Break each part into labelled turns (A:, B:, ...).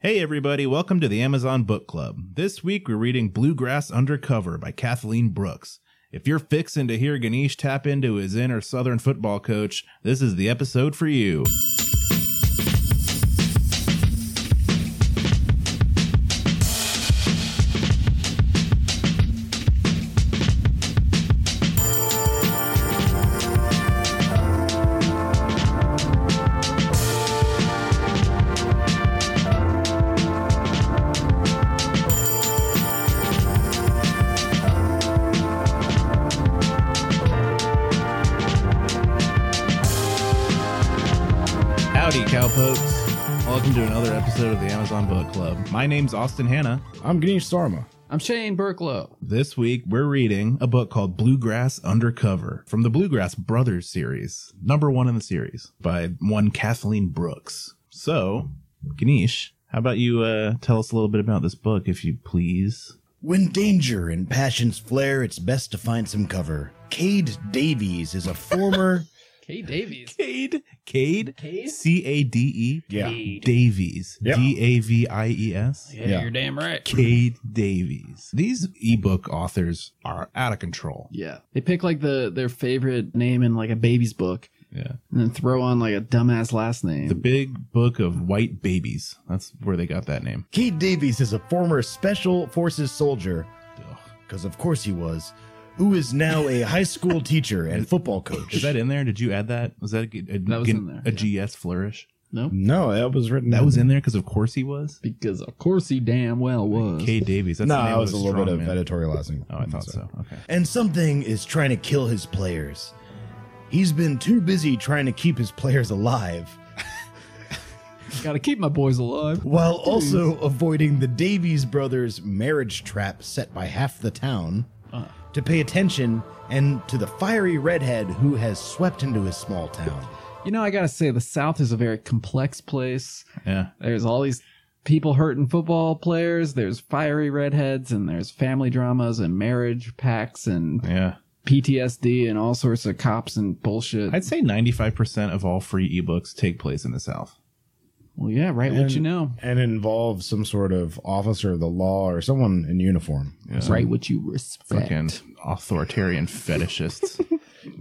A: Hey, everybody, welcome to the Amazon Book Club. This week we're reading Bluegrass Undercover by Kathleen Brooks. If you're fixing to hear Ganesh tap into his inner Southern football coach, this is the episode for you. Howdy, cowpokes. Welcome to another episode of the Amazon Book Club. My name's Austin Hanna.
B: I'm Ganesh Sarma.
C: I'm Shane Burklow.
A: This week we're reading a book called Bluegrass Undercover from the Bluegrass Brothers series, number one in the series by one Kathleen Brooks. So, Ganesh, how about you uh, tell us a little bit about this book, if you please?
D: When danger and passions flare, it's best to find some cover. Cade Davies is a former.
C: Kay Davies.
A: Cade, Cade,
C: Cade?
A: C A D E,
B: Yeah.
C: Cade.
A: Davies,
B: Yeah.
A: D A V I E S.
C: Yeah,
B: Yeah.
C: you're damn right.
A: Cade Davies. These ebook authors are out of control.
C: Yeah. They pick like the their favorite name in like a baby's book
A: Yeah.
C: and then throw on like a dumbass last name.
A: The Big Book of White Babies. That's where they got that name.
D: Cade Davies is a former Special Forces soldier,
A: Ugh.
D: because of course he was, who is now a high school teacher and football coach.
A: Is that in there? Did you add that? Was that a, a,
C: That was
A: a-
C: in there,
A: a
C: yeah.
A: GS flourish?
C: no.
B: No, that was written.
A: That was in there because of course he was.
C: Because of course he damn well was.
A: K Davies. That's
B: no,
A: the name
B: that was a
A: of
B: little bit of
A: strongman.
B: editorializing.
A: Oh, I thought so. Okay.
D: and something is trying to kill his players. He's been too busy trying to keep his players alive
C: Gotta keep my boys alive.
D: while also avoiding the Davies brothers' marriage trap set by half the town,
B: Uh.
D: to pay attention and to the fiery redhead who has swept into his small town.
C: You know, I gotta say the South is a very complex place.
A: Yeah.
C: There's all these people hurting football players, there's fiery redheads, and there's family dramas and marriage pacts and
A: Yeah.
C: PTSD and all sorts of cops and bullshit.
A: I'd say 95% of all free ebooks take place in the South.
C: well, yeah, right.
B: And-
C: What you know.
B: And involved some sort of officer of the law or someone in uniform.
C: Right, what you respect.
A: Fucking authoritarian fetishists.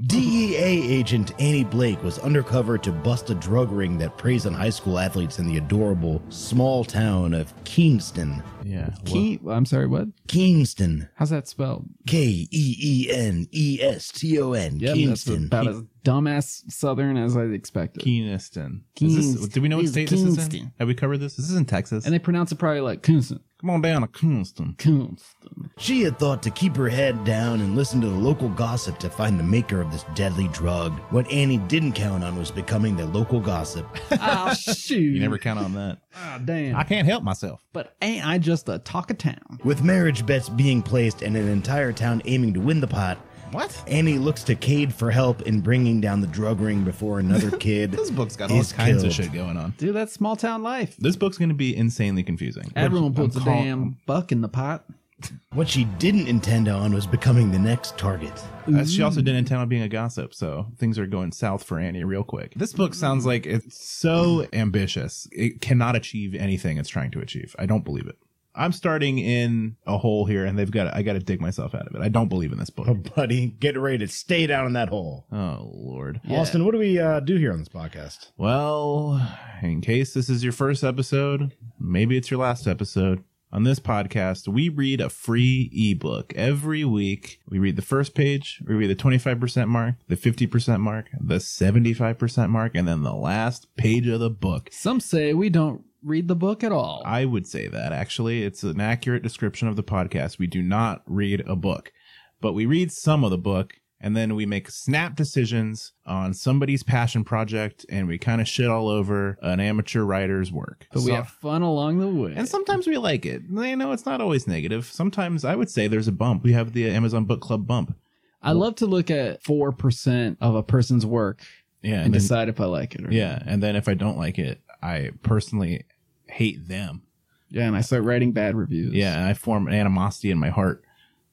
D: DEA E agent Annie Blake was undercover to bust a drug ring that preys on high school athletes in the adorable small town of Keenston.
A: Yeah.
C: Keen, I'm sorry, what?
D: Keenston.
C: How's that spelled?
D: K E E N E S T O N.
C: that's
D: Keenston.
C: about as dumbass Southern as I expected.
A: Keeniston. Is this,
C: Keenest-
A: do we know what
C: is
A: state this is in?
C: Keenston.
A: Have we covered this? This is in Texas.
C: And they pronounce it probably like Coonston.
A: Come on down to Keeniston.
C: Coonston.
D: She had thought to keep her head down and listen to the local gossip to find the maker of this deadly drug. What Annie didn't count on was becoming the local gossip.
C: Ah, shoot.
A: You never count on that.
C: Ah, damn.
A: I can't help myself.
C: but ain't I just a talk of town?
D: With marriage bets being placed and an entire town aiming to win the pot,
A: What?
D: Annie looks to Cade for help in bringing down the drug ring before another kid.
A: This book's got all
D: is
A: kinds of
D: killed.
A: shit going on.
C: Dude, that's small town life.
A: This book's going to be insanely confusing.
C: Everyone
A: But I'm
C: puts a
A: call-
C: damn buck in the pot.
D: What she didn't intend on was becoming the next target.
A: Uh, she also didn't intend on being a gossip, so things are going south for Annie real quick. This book sounds like it's so ambitious. It cannot achieve anything it's trying to achieve. I don't believe it. I'm starting in a hole here, and they've got to, I got to dig myself out of it. I don't believe in this book.
B: Oh, buddy, get ready to stay down in that hole.
A: Oh Lord.
C: Yeah.
B: Austin, what do we uh, do here on this podcast?
A: Well, in case this is your first episode, maybe it's your last episode. On this podcast, we read a free ebook every week. We read the first page, we read the 25% mark, the 50% mark, the 75% mark, and then the last page of the book.
C: Some say we don't read the book at all.
A: I would say that actually. It's an accurate description of the podcast. We do not read a book, but we read some of the book and then we make snap decisions on somebody's passion project and we kind of shit all over an amateur writer's work.
C: but we
A: So-
C: have fun along the way.
A: and sometimes we like it. You know, it's not always negative. Sometimes I would say there's a bump. We have the Amazon Book Club bump.
C: I love to look at 4% of a person's work
A: Yeah.
C: and
A: And then,
C: decide if I like it or not.
A: yeah. And then if I don't like it, I personally hate them.
C: Yeah, and I start writing bad reviews.
A: Yeah, and I form an animosity in my heart,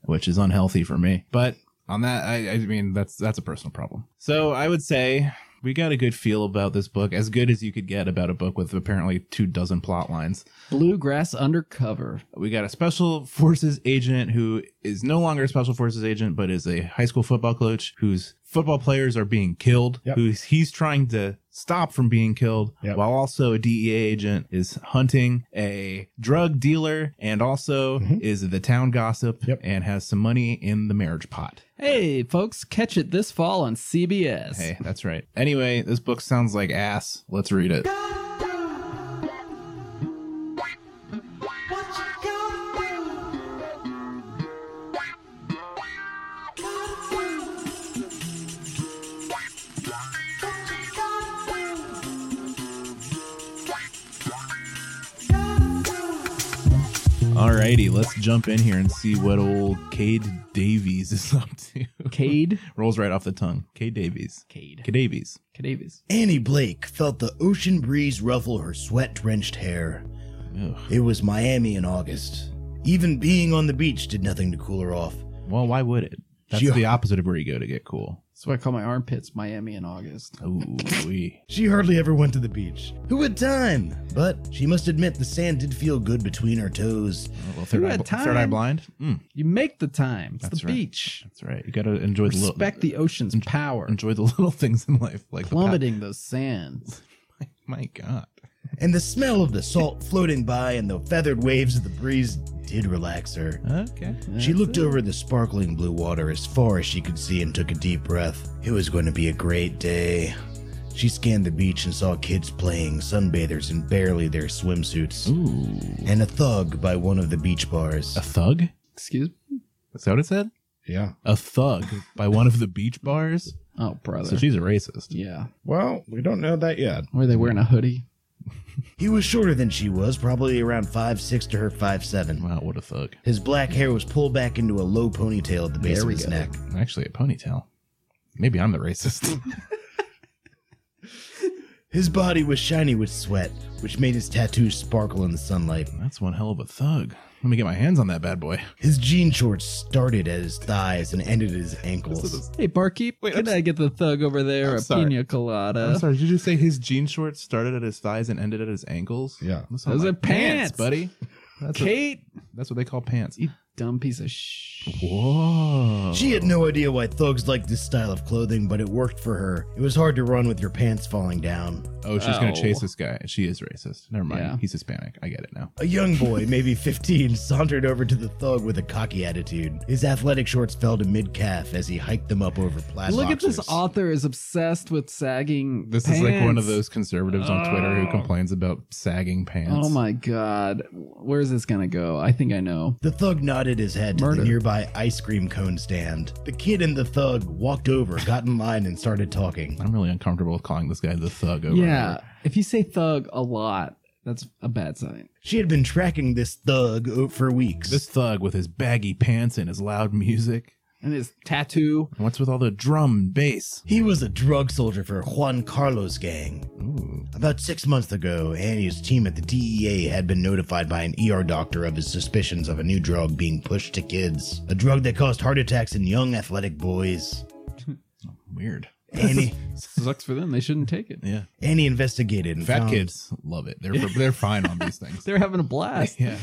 A: which is unhealthy for me. But on that, I, I mean, that's that's a personal problem. So I would say we got a good feel about this book, as good as you could get about a book with apparently two dozen plot lines.
C: Bluegrass Undercover.
A: We got a special forces agent who is no longer a special forces agent, but is a high school football coach whose football players are being killed,
B: Yep.
A: who he's trying to stop from being killed,
B: Yep.
A: while also a DEA agent is hunting a drug dealer and also
B: Mhm.
A: is the town gossip
B: Yep.
A: and has some money in the marriage pot.
C: Hey, folks, catch it this fall on CBS.
A: Hey, that's right. Anyway, this book sounds like ass. Let's read it.
E: What you gonna do? Gonna do. What you gonna do? Gonna do.
A: Alrighty, let's jump in here and see what old Cade Davies is up to.
C: Cade.
A: Rolls right off the tongue. Cade Davies.
C: Cade.
A: Cade Davies.
C: Cadavies.
D: Annie Blake felt the ocean breeze ruffle her sweat drenched hair.
A: Ugh.
D: It was Miami in August. Even being on the beach did nothing to cool her off.
A: Well, why would it? That's
D: Gee.
A: the opposite of where you go to get cool.
C: That's why I call my armpits Miami in August.
A: Ooh, wee.
D: She hardly ever went to the beach. Who had time? But she must admit the sand did feel good between her toes.
A: Well, third,
C: You
A: eye,
C: had time.
A: third eye blind. Mm,
C: You make the time. It's
A: That's
C: the
A: right.
C: beach.
A: that's right. You got to enjoy the little,
C: Respect the ocean's power.
A: enjoy the little things in life, like the pat-
C: Plummeting those sands.
A: My God,
D: And the smell of the salt floating by and the feathered waves of the breeze did relax her.
A: okay.
D: She looked over the sparkling blue water as far as she could see and took a deep breath. It was going to be a great day. She scanned the beach and saw kids playing, sunbathers in barely their swimsuits,
A: Ooh,
D: and a thug by one of the beach bars.
A: a thug?
C: Excuse me?
A: Is that what it said?
B: Yeah.
A: A thug by one of the beach bars.
C: Oh, brother.
A: So she's a racist.
C: yeah.
B: Well, we don't know that yet.
C: Were they wearing a hoodie?
D: He was shorter than she was, probably around five six to her five seven.
A: Wow, what a thug!
D: His black hair was pulled back into a low ponytail at the base
C: There
D: of
C: we
D: his
C: go.
D: neck.
A: Actually, a ponytail. Maybe I'm the racist.
D: His body was shiny with sweat, which made his tattoos sparkle in the sunlight.
A: that's one hell of a thug. Let me get my hands on that bad boy.
D: His jean shorts started at his thighs and ended at his ankles.
C: Hey, barkeep,
A: Wait,
C: can
A: I'm
C: i get the thug over there
A: I'm
C: a
A: sorry.
C: pina colada?
A: I'm sorry. Did you say his jean shorts started at his thighs and ended at his ankles?
B: Yeah.
A: Those
C: Those
A: my
C: are pants.
A: buddy. That's what,
C: Kate,
A: that's what they call pants.
C: you dumb piece of sh.
A: Whoa.
D: She
C: Oh.
D: had no idea why thugs liked this style of clothing, but it worked for her. It was hard to run with your pants falling down.
A: Oh, she's gonna
C: Oh.
A: chase this guy. She is racist. Never mind.
C: Yeah.
A: He's Hispanic. I get it now.
D: A young boy, maybe 15, sauntered over to the thug with a cocky attitude. His athletic shorts fell to mid calf as he hiked them up over plastic.
C: Look at this author is obsessed with sagging.
A: This is like one of
C: pants.
A: those conservatives on Twitter who complains about sagging pants.
C: Oh my god, where's this gonna go? I think I know.
D: The thug nodded his head to
C: Murder.
D: the nearby ice cream cone stand. The kid and the thug walked over, got in line, and started talking.
A: I'm really uncomfortable with calling this guy the thug over.
C: yeah, if you say thug a lot, that's a bad sign.
D: She had been tracking this thug o- for weeks.
A: This thug with his baggy pants and his loud music.
C: And his tattoo.
A: And what's with all the drum and bass?
D: he was a drug soldier for Juan Carlos' gang.
A: Ooh.
D: About six months ago, Annie's team at the DEA had been notified by an ER doctor of his suspicions of a new drug being pushed to kids. A drug that caused heart attacks in young athletic boys.
A: Weird.
D: Annie,
C: Sucks for them. They shouldn't take it.
A: Yeah.
D: Annie investigated and
A: Fat
D: found
A: kids love it. They're they're fine on these things.
C: They're having a blast.
A: yeah.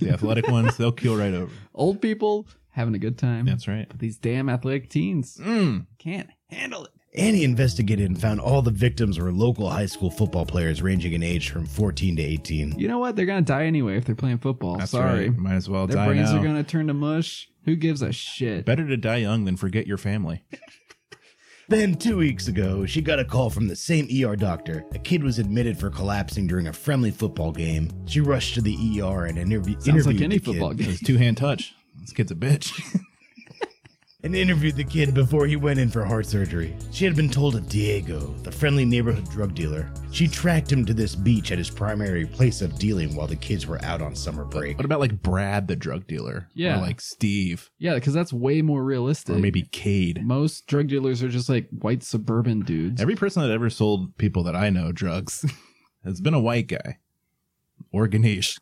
A: The athletic ones, they'll kill right over.
C: Old people having a good time.
A: That's right.
C: But these damn athletic teens
A: Mm.
C: can't handle it.
D: Annie investigated and found all the victims were local high school football players ranging in age from 14 to 18.
C: You know what? They're gonna die anyway if they're playing football.
A: That's
C: Sorry.
A: right. Might as well
C: Their
A: die
C: brains
A: now.
C: are gonna turn to mush. Who gives a shit?
A: Better to die young than forget your family.
D: Then, two weeks ago, she got a call from the same ER doctor. A kid was admitted for collapsing during a friendly football game. She rushed to the ER and interview-
C: Sounds
D: interviewed
C: like any
D: the kid.
C: football
A: It
C: game.
A: was two hand touch. This kid's a bitch.
D: and interviewed the kid before he went in for heart surgery. She had been told of Diego, the friendly neighborhood drug dealer. She tracked him to this beach at his primary place of dealing while the kids were out on summer break.
A: What about like Brad, the drug dealer?
C: Yeah.
A: Or like Steve,
C: Yeah, because that's way more realistic.
A: or maybe Cade.
C: most drug dealers are just like white suburban dudes.
A: Every person that ever sold people that I know drugs has been a white guy or Ganesh.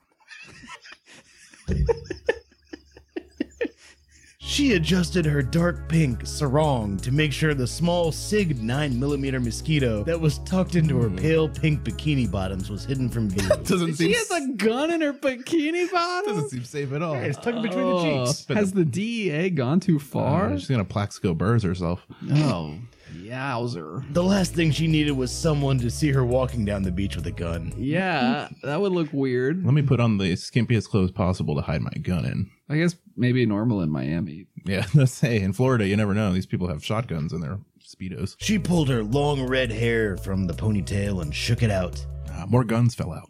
D: She adjusted her dark pink sarong to make sure the small SIG 9mm mosquito that was tucked into
C: Hmm.
D: her pale pink bikini bottoms was hidden from view.
A: Doesn't seem
C: She has a gun in her bikini bottom.
A: doesn't seem safe at all. Uh,
D: it's tucked between
C: Oh,
D: the cheeks.
A: But
C: has the DEA gone too far?
A: Uh, she's gonna Plaxico Burrs herself.
C: oh, yowzer.
D: The last thing she needed was someone to see her walking down the beach with a gun.
C: Yeah, that would look weird.
A: Let me put on the skimpiest clothes possible to hide my gun in.
C: I guess maybe normal in Miami.
A: Yeah, let's say in Florida, you never know. These people have shotguns in their speedos.
D: She pulled her long red hair from the ponytail and shook it out.
A: Uh, more guns fell out.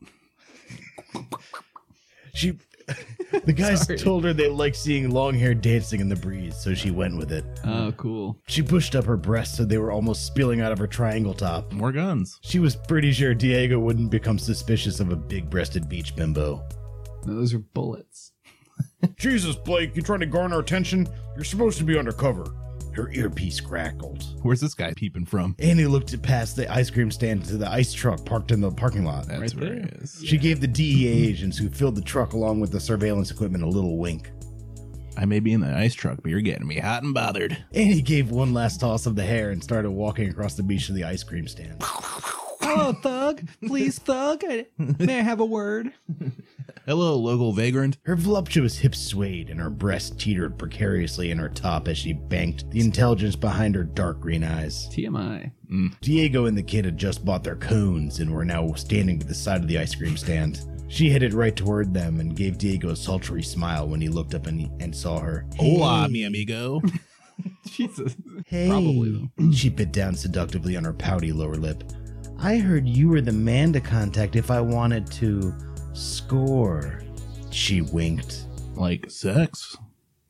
D: She. the guys told her they liked seeing long hair dancing in the breeze, so she went with it.
C: Oh, cool.
D: She pushed up her breasts so they were almost spilling out of her triangle top.
A: More guns.
D: She was pretty sure Diego wouldn't become suspicious of a big breasted beach bimbo.
C: No, those are bullets.
D: Jesus, Blake, you trying to garner attention? You're supposed to be undercover. Her earpiece crackled.
A: Where's this guy peeping from?
D: Annie looked past the ice cream stand to the ice truck parked in the parking lot.
A: That's
C: Right
A: where
C: there.
A: he is.
D: She gave the DEA agents who filled the truck along with the surveillance equipment a little wink.
A: I may be in the ice truck, but you're getting me hot and bothered.
D: Annie gave one last toss of the hair and started walking across the beach to the ice cream stand.
C: Hello, thug. Please, thug. I, may I have a word?
A: Hello, local vagrant.
D: Her voluptuous hips swayed and her breast teetered precariously in her top as she banked the intelligence behind her dark green eyes.
C: TMI.
D: Diego and the kid had just bought their cones and were now standing to the side of the ice cream stand. She headed right toward them and gave Diego a sultry smile when he looked up and, and saw her.
A: Hola, mi amigo.
C: Jesus.
D: Hey.
C: Probably,
D: She bit down seductively on her pouty lower lip. I heard you were the man to contact if I wanted to score. She winked.
A: like sex?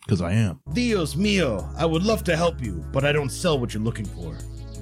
A: Because I am.
D: Dios mio, I would love to help you, but I don't sell what you're looking for.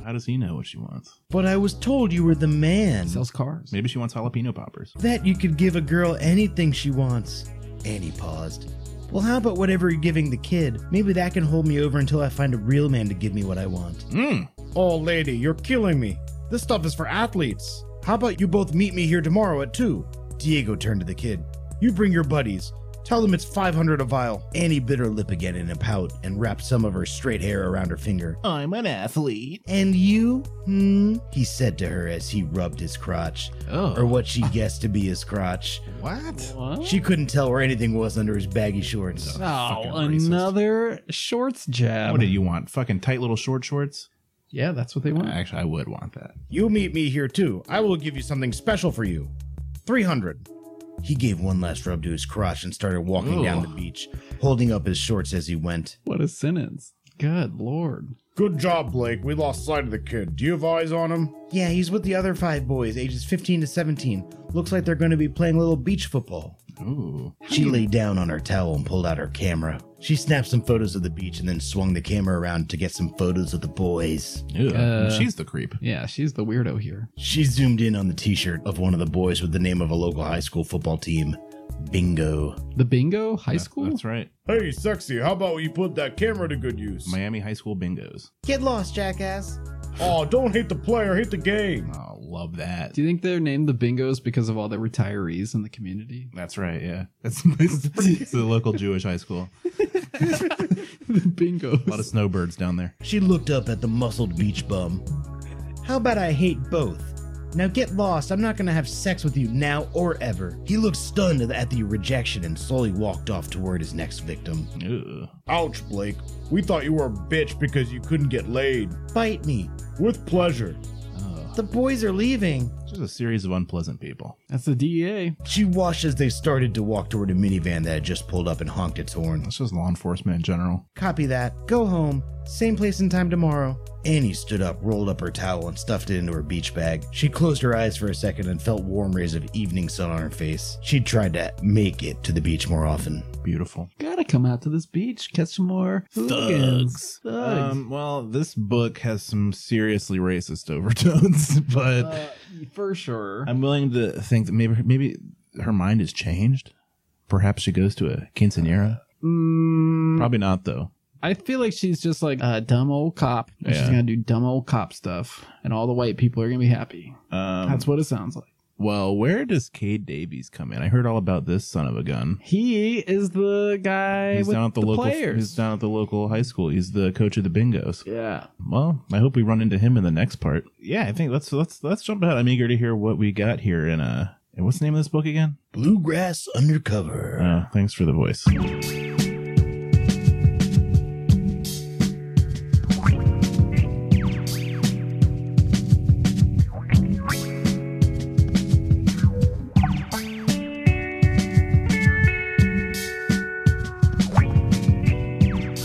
A: How does he know what she wants?
D: But I was told you were the man.
C: Sells cars.
A: Maybe she wants jalapeno poppers.
D: That you could give a girl anything she wants. Annie paused. Well, how about whatever you're giving the kid? Maybe that can hold me over until I find a real man to give me what I want.
A: Mmm.
D: Oh, lady, you're killing me. This stuff is for athletes. How about you both meet me here tomorrow at 2? Diego turned to the kid. You bring your buddies. Tell them it's 500 a vial. Annie bit her lip again in a pout and wrapped some of her straight hair around her finger.
A: I'm an athlete.
D: And you? Hmm? He said to her as he rubbed his crotch, or
A: Oh.
D: what she guessed to be his crotch.
A: What?
C: What?
D: She couldn't tell where anything was under his baggy shorts.
C: oh,
A: racist.
C: another shorts jab.
A: What do you want? Fucking tight little short shorts?
C: yeah, that's what they want.
A: Actually, I would want that.
D: You meet me here too. I will give you something special for you. 300. He gave one last rub to his crotch and started walking
A: Ooh.
D: down the beach, holding up his shorts as he went.
C: What a sentence. Good lord.
B: Good job, Blake. We lost sight of the kid. Do you have eyes on him?
D: Yeah, he's with the other five boys, ages 15 to 17. Looks like they're going to be playing a little beach football.
A: Ooh.
D: She lay down on her towel and pulled out her camera. She snapped some photos of the beach and then swung the camera around to get some photos of the boys.
A: Ew.
C: Uh,
A: She's the creep.
C: Yeah, she's the weirdo here.
D: She zoomed in on the t shirt of one of the boys with the name of a local high school football team. Bingo.
C: The bingo high school.
A: That's right.
B: Hey, sexy, how about you put that camera to good use?
A: Miami High School Bingos.
D: Get lost, jackass.
B: Oh, don't hate the player, hate the game.
A: Oh, love that.
C: Do you think they're named the Bingos because of all the retirees in the community?
A: That's right. Yeah, that's it's the local Jewish high school.
C: the Bingos.
A: A lot of snowbirds down there.
D: She looked up at the muscled beach bum. How about I hate both? Now get lost. I'm not gonna have sex with you now or ever. He looked stunned at the rejection and slowly walked off toward his next victim.
A: Ew.
B: Ouch, Blake. We thought you were a bitch because you couldn't get laid.
D: Bite me.
B: With pleasure.
A: Ugh.
D: The boys are leaving.
A: Just a series of unpleasant people.
C: That's the E DEA.
D: She watched as they started to walk toward a minivan that had just pulled up and honked its horn.
A: That's just law enforcement in general.
D: Copy that. Go home. Same place and time tomorrow. Annie stood up, rolled up her towel, and stuffed it into her beach bag. She closed her eyes for a second and felt warm rays of evening sun on her face. She tried to make it to the beach more often.
A: Beautiful.
C: Gotta come out to this beach, catch some more hooligans. Thugs.
A: Um, well, this book has some seriously racist overtones, but
C: Uh, for sure.
A: I'm willing to think that maybe maybe her mind has changed. Perhaps she goes to a quinceanera.
C: Mm,
A: Probably not though.
C: I feel like she's just like a dumb old cop. and She's
A: Yeah.
C: gonna do dumb old cop stuff, and all the white people are gonna be happy.
A: Um,
C: That's what it sounds like.
A: Well, where does Cade Davies come in? I heard all about this son of a gun.
C: He is the guy
A: He's
C: with
A: down at the,
C: the
A: local.
C: players.
A: He's down at the local high school. He's the coach of the Bingos.
C: yeah.
A: Well, I hope we run into him in the next part. Yeah, I think let's let's let's jump ahead. I'm eager to hear what we got here in uh and what's the name of this book again?
D: Bluegrass Undercover.
A: Uh, thanks for the voice.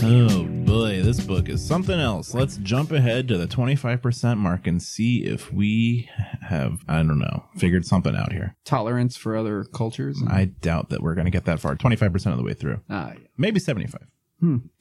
A: Oh boy, this book is something else. Let's jump ahead to the 25% mark and see if we have, I don't know, figured something out here.
C: Tolerance for other cultures. and-
A: I doubt that we're going to get that far. 25% of the way through.
C: ah, yeah.
A: Maybe 75.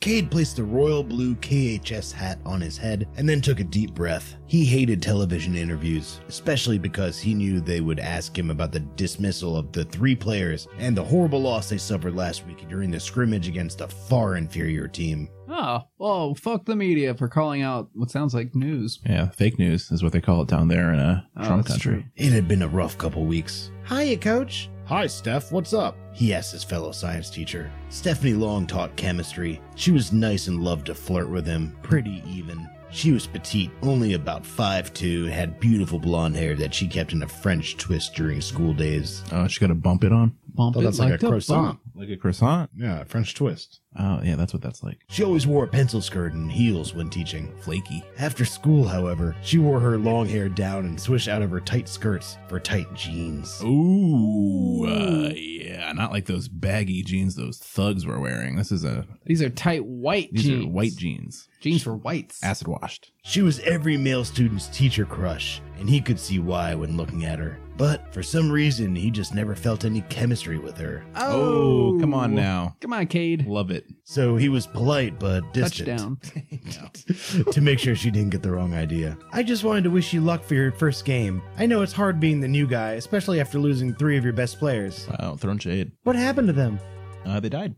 D: Cade placed the royal blue KHS hat on his head and then took a deep breath. He hated television interviews, especially because he knew they would ask him about the dismissal of the three players and the horrible loss they suffered last week during the scrimmage against a far inferior team.
C: Oh, well, fuck the media for calling out what sounds like news.
A: Yeah, fake news is what they call it down there in a
C: Oh,
A: Trump
C: that's
A: country.
C: true.
D: It had been a rough couple weeks. Hiya, coach.
B: Hi, Steph. What's up?
D: He asked his fellow science teacher. Stephanie Long taught chemistry. She was nice and loved to flirt with him, pretty even. She was petite, only about 5'2, and had beautiful blonde hair that she kept in a French twist during school days.
A: Oh, she got to bump it on
C: Bump
B: Oh,
C: it
B: that's like a
C: the
B: croissant.
C: bump.
A: like a croissant.
B: Yeah, French twist.
A: Oh, yeah, that's what that's like.
D: She always wore a pencil skirt and heels when teaching.
A: Flaky.
D: After school, however, she wore her long hair down and swished out of her tight skirts for tight jeans.
A: Ooh, uh, yeah, not like those baggy jeans those thugs were wearing. This is a
C: These are tight white
A: these
C: jeans.
A: are white jeans,
C: jeans for whites.
A: acid washed.
D: She was every male student's teacher crush, and he could see why when looking at her. But for some reason, he just never felt any chemistry with her.
A: Oh, come on now,
C: Come on, Cade.
A: love it.
D: So he was polite but distant
C: Touchdown.
D: to make sure she didn't get the wrong idea. I just wanted to wish you luck for your first game. I know it's hard being the new guy, especially after losing three of your best players.
A: Wow, thrown shade.
D: What happened to them?
A: Uh, they died.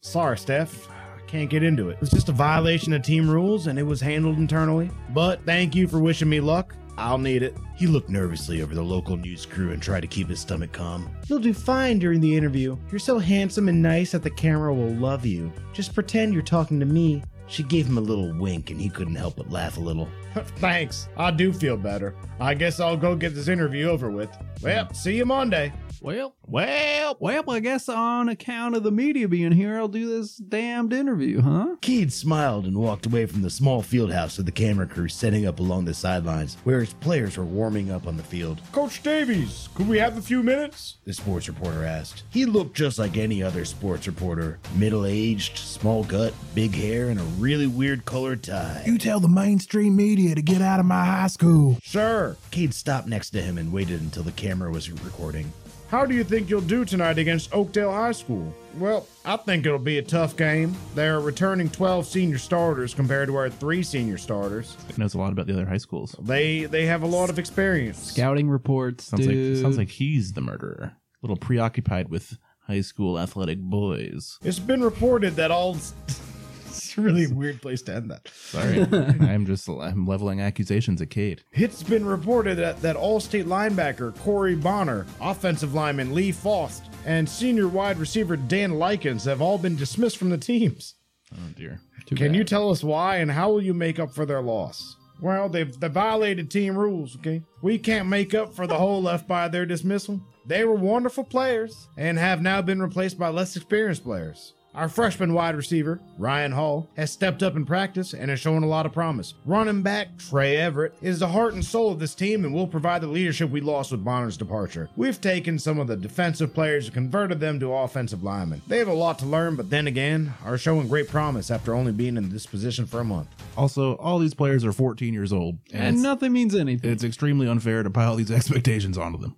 D: Sorry, Steph. Can't get into it. It was just a violation of team rules and it was handled internally. But thank you for wishing me luck. I'll need it. He looked nervously over the local news crew and tried to keep his stomach calm. You'll do fine during the interview. You're so handsome and nice that the camera will love you. Just pretend you're talking to me. She gave him a little wink and he couldn't help but laugh a little.
B: Thanks. I do feel better. I guess I'll go get this interview over with. Well, see you Monday.
C: Well,
A: Well,
C: well, I guess on account of the media being here, I'll do this damned interview, huh?
D: Cade smiled and walked away from the small field house of the camera crew setting up along the sidelines where his players were warming up on the field.
B: Coach Davies, could we have a few minutes?
D: the sports reporter asked. He looked just like any other sports reporter middle aged, small gut, big hair, and a really weird colored tie.
A: tell the mainstream media to get out of my high school.
B: Sure.
D: Cade stopped next to him and waited until the camera was recording.
B: How do you think you'll do tonight against Oakdale High School? Well, I think it'll be a tough game. They are returning 12 senior starters compared to our three senior starters.
A: Knows a lot about the other high schools.
B: They they have a lot of experience.
C: Scouting reports,
A: Sounds
C: dude.
A: like sounds like he's the murderer. A little preoccupied with high school athletic boys.
B: It's been reported that all. it's a really weird place to end that.
A: Sorry, I'm just I'm leveling accusations at Cade.
B: It's been reported that, that all state linebacker Corey Bonner, offensive lineman Lee Faust, and senior wide receiver Dan Likens have all been dismissed from the teams.
A: Oh dear.
C: Too
B: Can
C: bad.
B: you tell us why and how will you make up for their loss? Well, they've they violated team rules, okay? We can't make up for the hole left by their dismissal. They were wonderful players and have now been replaced by less experienced players. Our freshman wide receiver, Ryan Hall, has stepped up in practice and has shown a lot of promise. Running back Trey Everett is the heart and soul of this team and will provide the leadership we lost with Bonner's departure. We've taken some of the defensive players and converted them to offensive linemen. They have a lot to learn, but then again, are showing great promise after only being in this position for a month.
A: Also, all these players are 14 years old, and
C: And
A: it's,
C: nothing means anything.
A: it's extremely unfair to pile these expectations onto them.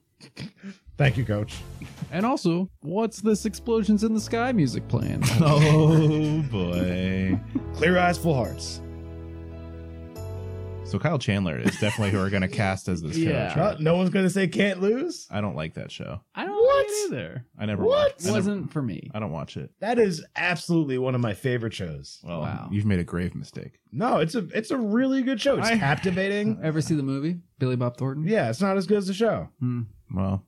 B: Thank you, coach.
C: And also, what's this explosions in the sky music playing?
A: Oh boy.
B: Clear eyes, full hearts.
A: so Kyle Chandler is definitely who we're gonna cast as this
C: Yeah.
A: coach.
B: no one's going to say can't lose?
A: I don't like that show.
C: I don't
D: What?
C: it either.
A: I never
D: What?
A: watched.
C: It
A: I, never-
C: wasn't for me.
A: I don't watch it.
D: That is absolutely one of my favorite shows.
A: Well,
C: Wow.
A: you've made a grave mistake.
D: No, it's a it's a really good show. It's
A: I-
D: captivating.
C: Ever see the movie Billy Bob Thornton?
D: Yeah, it's not as good as the show.
C: Hmm.
A: Well,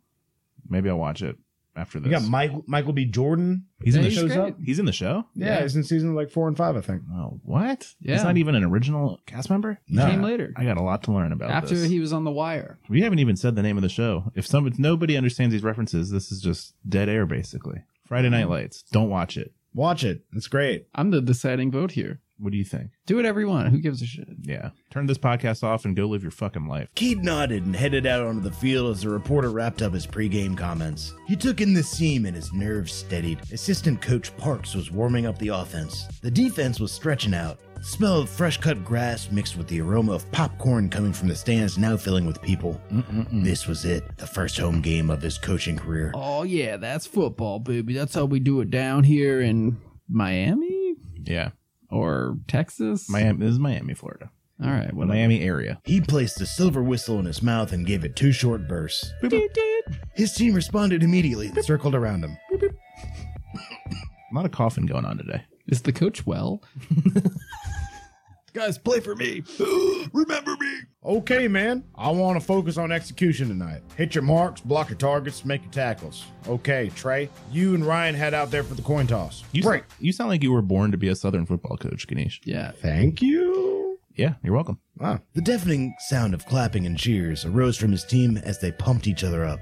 A: maybe I'll watch it after
D: You
A: this.
D: got Michael Michael B. Jordan.
A: he's in
C: Yeah,
A: the
C: he's
A: show.
C: great.
A: He's in the show.
D: Yeah,
C: Yeah.
D: he's in season like four and five, I think.
A: Oh, what?
C: Yeah.
A: He's not even an original cast member.
C: He came later
A: I got a lot to learn about
C: after
A: this.
C: he was on The Wire.
A: we haven't even said the name of the show. If some if nobody understands these references, this is just dead air basically. Friday
C: Mm.
A: Night Lights. Don't watch it.
D: Watch it. It's great.
C: I'm the deciding vote here.
A: What do you think?
C: Do whatever you want. Who gives a shit?
A: Yeah. Turn this podcast off and go live your fucking life.
D: Keed nodded and headed out onto the field as the reporter wrapped up his pregame comments. He took in the seam and his nerves steadied. Assistant coach Parks was warming up the offense. The defense was stretching out. The smell of fresh cut grass mixed with the aroma of popcorn coming from the stands now filling with people. This was it, the first home game of his coaching career.
C: Oh yeah, that's football, baby. That's how we do it down here in Miami
A: Yeah.
C: or Texas.
A: Miami this is Miami, Florida.
C: All right,
A: The
C: whatever.
A: Miami area.
D: He placed the silver whistle in his mouth and gave it two short bursts. His team responded immediately and circled around him.
A: A lot of coughing going on today.
C: Is the coach well?
A: Guys, play for me. Remember me.
B: Okay, man. I want to focus on execution tonight. Hit your marks, block your targets, make your tackles. Okay, Trey. You and Ryan head out there for the coin toss.
A: You,
B: Right.
A: you sound like you were born to be a Southern football coach, Ganesh.
C: Yeah.
D: Thank you.
A: Yeah, you're welcome.
B: Wow.
D: The deafening sound of clapping and cheers arose from his team as they pumped each other up.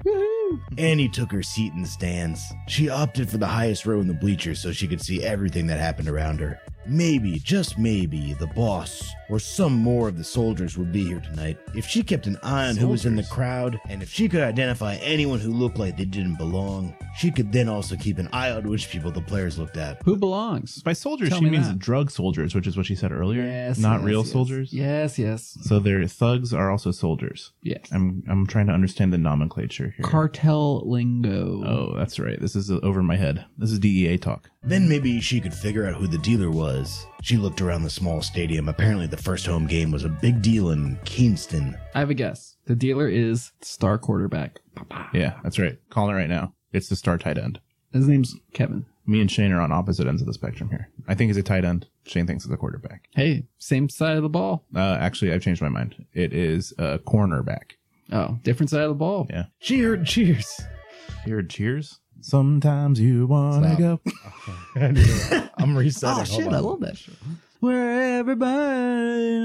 D: Annie took her seat in the stands. She opted for the highest row in the bleachers so she could see everything that happened around her. Maybe, just maybe, the boss or some more of the soldiers would be here tonight. If she kept an eye on who was in the crowd, and if she could identify anyone who looked like they didn't belong, she could then also keep an eye on which people the players looked at.
C: Who belongs?
A: By soldiers,
C: Tell
A: she
C: me
A: means
C: that.
A: drug soldiers, which is what she said earlier. Not
C: yes,
A: real
C: yes.
A: soldiers.
C: Yes, yes,
A: So their thugs are also soldiers.
C: yes.
A: I'm I'm trying to understand the nomenclature here.
C: Cartel lingo.
A: oh, that's right. This is uh, over my head. This is DEA talk.
D: Then maybe she could figure out who the dealer was. She looked around the small stadium. Apparently, the first home game was a big deal in Kingston.
C: I have a guess. The dealer is star quarterback.
A: Yeah, that's right. Calling it right now. It's the star tight end.
C: His name's Kevin.
A: Me and Shane are on opposite ends of the spectrum here. I think he's a tight end. Shane thinks he's a quarterback.
C: Hey, same side of the ball.
A: Uh, actually, I've changed my mind. It is a cornerback.
C: Oh, different side of the ball.
A: Yeah.
D: She heard cheers.
A: Here, cheers. Sometimes you wanna
D: Stop.
A: go.
D: I'm
C: Oh,
D: resetting.
C: that show. Where everybody.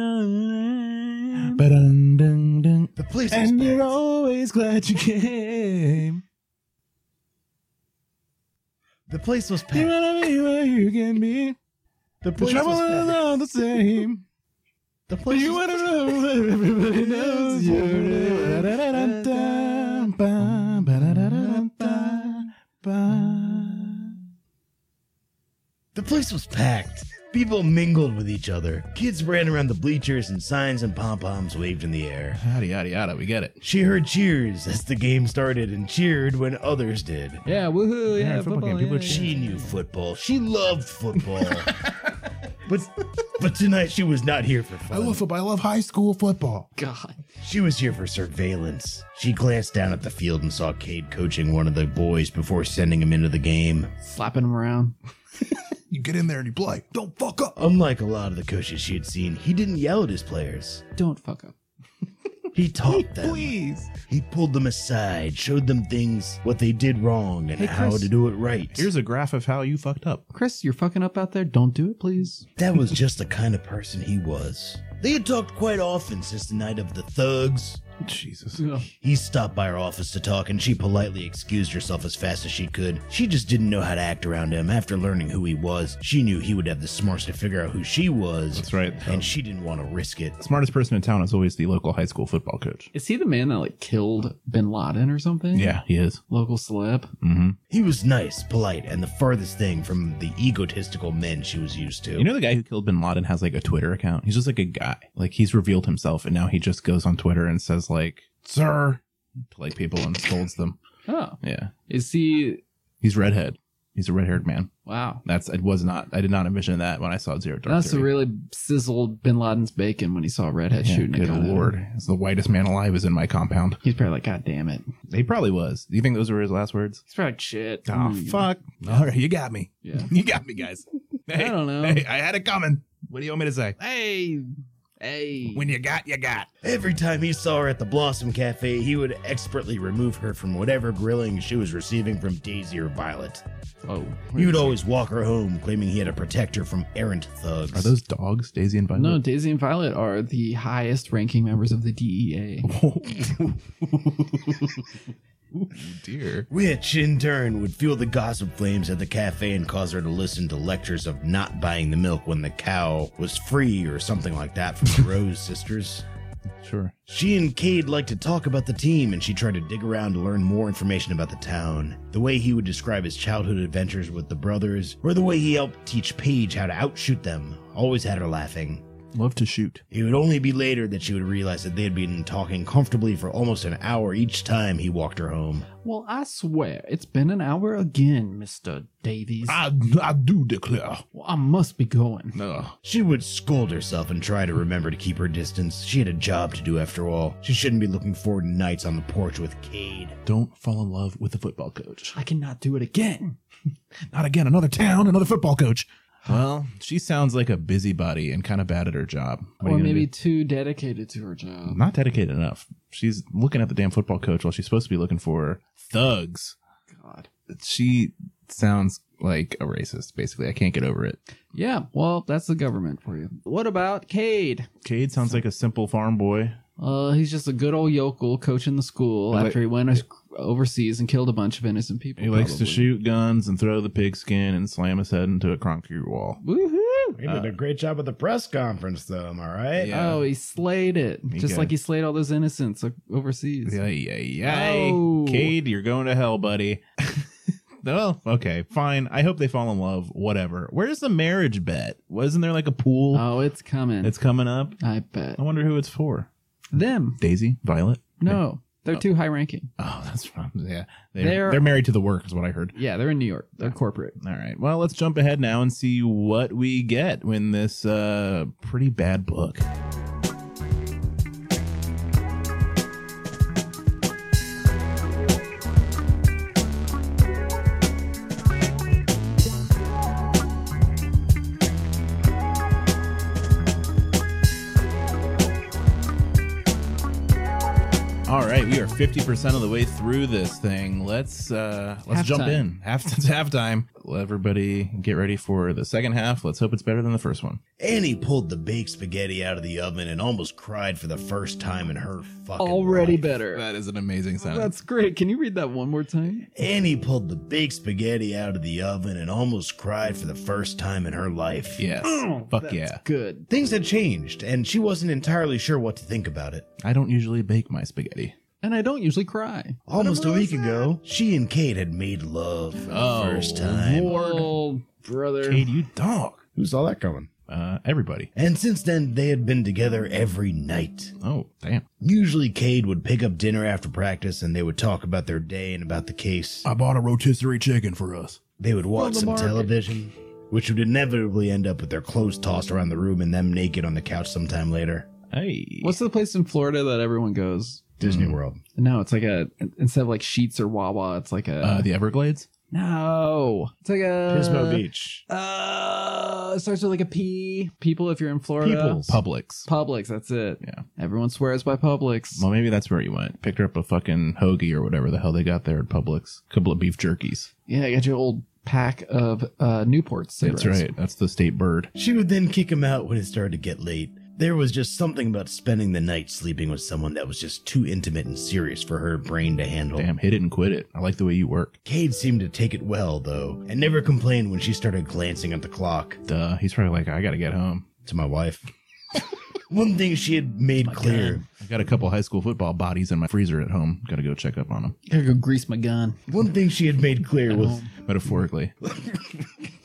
A: Ba-dun, dun, dun.
D: The place is
A: And you're
D: packed.
A: always glad you came.
D: The place was packed.
A: You wanna be where you can be. The
D: The place
A: trouble
D: was
A: is
D: packed.
A: all the same.
D: The place
A: you
D: was
A: wanna know where everybody knows you.
D: The place was packed. People mingled with each other. Kids ran around the bleachers, and signs and pom poms waved in the air.
A: Yada yada yada, we get it.
D: She heard cheers as the game started and cheered when others did.
C: Yeah, woohoo.
A: Yeah,
C: Yeah,
A: football
C: football,
A: game. People
C: yeah.
A: are
D: She knew football. She loved football. but but tonight she was not here for fun.
A: football. I love high school football.
C: God.
D: she was here for surveillance. She glanced down at the field and saw Cade coaching one of the boys before sending him into the game.
C: Slapping him around.
A: You get in there and you play. Don't fuck up.
D: Unlike a lot of the coaches she had seen, he didn't yell at his players.
C: Don't fuck up.
D: He taught them.
A: Please.
D: He pulled them aside, showed them things what they did wrong and
C: Hey,
D: how
C: Chris.
D: to do it right.
A: Here's a graph of how you fucked up.
C: Chris, you're fucking up out there. Don't do it, please.
D: That was just the kind of person he was. They had talked quite often since the night of the thugs,
A: Jesus.
D: He stopped by her office to talk, and she politely excused herself as fast as she could. She just didn't know how to act around him. After learning who he was, she knew he would have the smarts to figure out who she was.
A: That's right.
D: And she didn't want to risk it.
A: Smartest person in town is always the local high school football coach.
C: Is he the man that like killed Bin Laden or something?
A: Yeah, he is.
C: Local celeb.
A: Mm-hmm.
D: He was nice, polite, and the farthest thing from the egotistical men she was used to.
A: You know the guy who killed Bin Laden has like a Twitter account. He's just like a guy. Like he's revealed himself, and now he just goes on Twitter and says like "sir" to like people and scolds them.
C: Oh,
A: Yeah,
C: is he
A: he's redhead. He's a red haired man.
C: Wow.
A: That's it was not I did not envision that when I saw Zero Dark.
C: That's
A: Thirty.
C: really sizzled Bin Laden's bacon when he saw a redhead
A: Yeah,
C: shooting a
A: good
C: gun at him.
A: lord. It's the whitest man alive is in my compound.
C: He's probably like, God damn it.
A: He probably was. Do you think those were his last words?
C: He's probably like, shit.
A: Oh
C: Mm.
A: fuck. All right, you got me.
C: Yeah.
A: You got me guys. Hey,
C: I don't know.
A: Hey, I had it coming. What do you want me to say?
C: Hey. Hey.
A: When you got, you got.
D: Every time he saw her at the Blossom Cafe, he would expertly remove her from whatever grilling she was receiving from Daisy or Violet.
C: oh.
D: He would always walk her home, claiming he had to protect her from errant thugs.
A: Are those dogs, Daisy and Violet?
C: No, Daisy and Violet are the highest ranking members of the E DEA.
A: Oh, Ooh, dear.
D: Which, in turn, would fuel the gossip flames at the cafe and cause her to listen to lectures of not buying the milk when the cow was free or something like that from the Rose sisters.
A: Sure.
D: She and Cade liked to talk about the team, and she tried to dig around to learn more information about the town. The way he would describe his childhood adventures with the brothers, or the way he helped teach Paige how to outshoot them, always had her laughing.
A: Love to shoot.
D: It would only be later that she would realize that they had been talking comfortably for almost an hour each time he walked her home.
C: Well, I swear, it's been an hour again, Mr. Davies.
A: I, I do declare.
C: Well, I must be going.
A: No.
D: She would scold herself and try to remember to keep her distance. She had a job to do after all. She shouldn't be looking forward to nights on the porch with Cade.
A: Don't fall in love with a football coach.
C: I cannot do it again.
A: Not again. Another town, another football coach. Well, she sounds like a busybody and kind of bad at her job. What are
C: or
A: you gonna
C: maybe too dedicated to her job.
A: do? not dedicated enough. She's looking at the damn football coach while she's supposed to be looking for thugs.
C: God.
A: She sounds like a racist. Basically, I can't get over it.
C: Yeah, well, that's the government for you. What about Cade?
A: Cade sounds like a simple farm boy.
C: Uh, he's just a good old yokel coaching the school
A: Like-
C: after he went as- overseas and killed a bunch of innocent people.
A: He likes to
C: probably.
A: shoot guns and throw the pigskin and slam his head into a concrete wall.
C: Woohoo!
B: He
A: Uh.
B: did a great job at the press conference, though. Am I right?
A: Yeah.
C: Oh, he slayed it.
A: He
C: just
A: did.
C: like he slayed all those innocents like, overseas.
A: Yeah, yeah, yeah.
C: No.
A: Cade, you're going to hell, buddy. well, okay, fine. I hope they fall in love. Whatever. Where's the marriage bet? Wasn't there like a pool
C: Oh, it's coming.
A: that's coming up?
C: I bet.
A: I wonder who it's for.
C: Them.
A: Daisy, Violet.
C: No, they're too high ranking.
A: Oh, that's right. Yeah, they're,
C: They're-
A: they're married to the work, is what I heard.
C: Yeah, they're in New York. They're corporate.
A: All right. Well, let's jump ahead now and see what we get when this uh, pretty bad book. All right, we are fifty percent of the way through this thing. Let's uh, let's jump
C: Halftime.
A: in. Half it's halftime. Let everybody get ready for the second half. Let's hope it's better than the first one.
D: Annie pulled the baked spaghetti out of the oven and almost cried for the first time in her fucking
C: Already
D: life.
C: better.
A: That is an amazing sound.
C: That's great. Can you read that one more time?
D: Annie pulled the baked spaghetti out of the oven and almost cried for the first time in her life.
A: yes. Fuck yeah.
C: Good.
D: Things had changed, and she wasn't entirely sure what to think about it.
A: I don't usually bake my spaghetti.
C: And I don't usually cry.
D: Almost a week ago, she and Kate had made love for the
A: Oh,
D: first time.
C: Lord, brother.
A: Cade, you dog.
B: Who saw that coming?
A: Uh, everybody.
D: And since then, they had been together every night.
A: Oh damn.
D: Usually, Cade would pick up dinner after practice and they would talk about their day and about the case.
A: I bought a rotisserie chicken for us.
D: They would watch
C: the
D: some
C: market.
D: television, which would inevitably end up with their clothes tossed around the room and them naked on the couch sometime later.
A: Hey.
C: What's the place in Florida that everyone goes?
D: Disney World.
C: No, it's like a instead of like sheets or Wawa, it's like a
A: uh, the Everglades?
C: no. It's like a
B: Pismo Beach.
C: Uh, it starts with like a P. People, if you're in Florida,
B: Peoples.
A: Publix.
C: Publix. That's it.
A: Yeah.
C: Everyone swears by Publix.
A: Well, maybe that's where you went. Picked her up a fucking hoagie or whatever the hell they got there at Publix. Couple of beef jerkies.
C: Yeah, I got your old pack of uh, Newports.
A: That's right. That's the state bird.
D: She would then kick him out when it started to get late. There was just something about spending the night sleeping with someone that was just too intimate and serious for her brain to handle.
A: Damn, hit it and quit it. I like the way you work.
D: Cade seemed to take it well, though, and never complained when she started glancing at the clock.
A: Duh. He's probably like, I gotta get home.
D: to my wife. One thing she had made clear.
A: I got a couple high school football bodies in my freezer at home. Gotta go check up on them.
C: Gotta go grease my gun.
D: One thing she had made clear was
A: Metaphorically.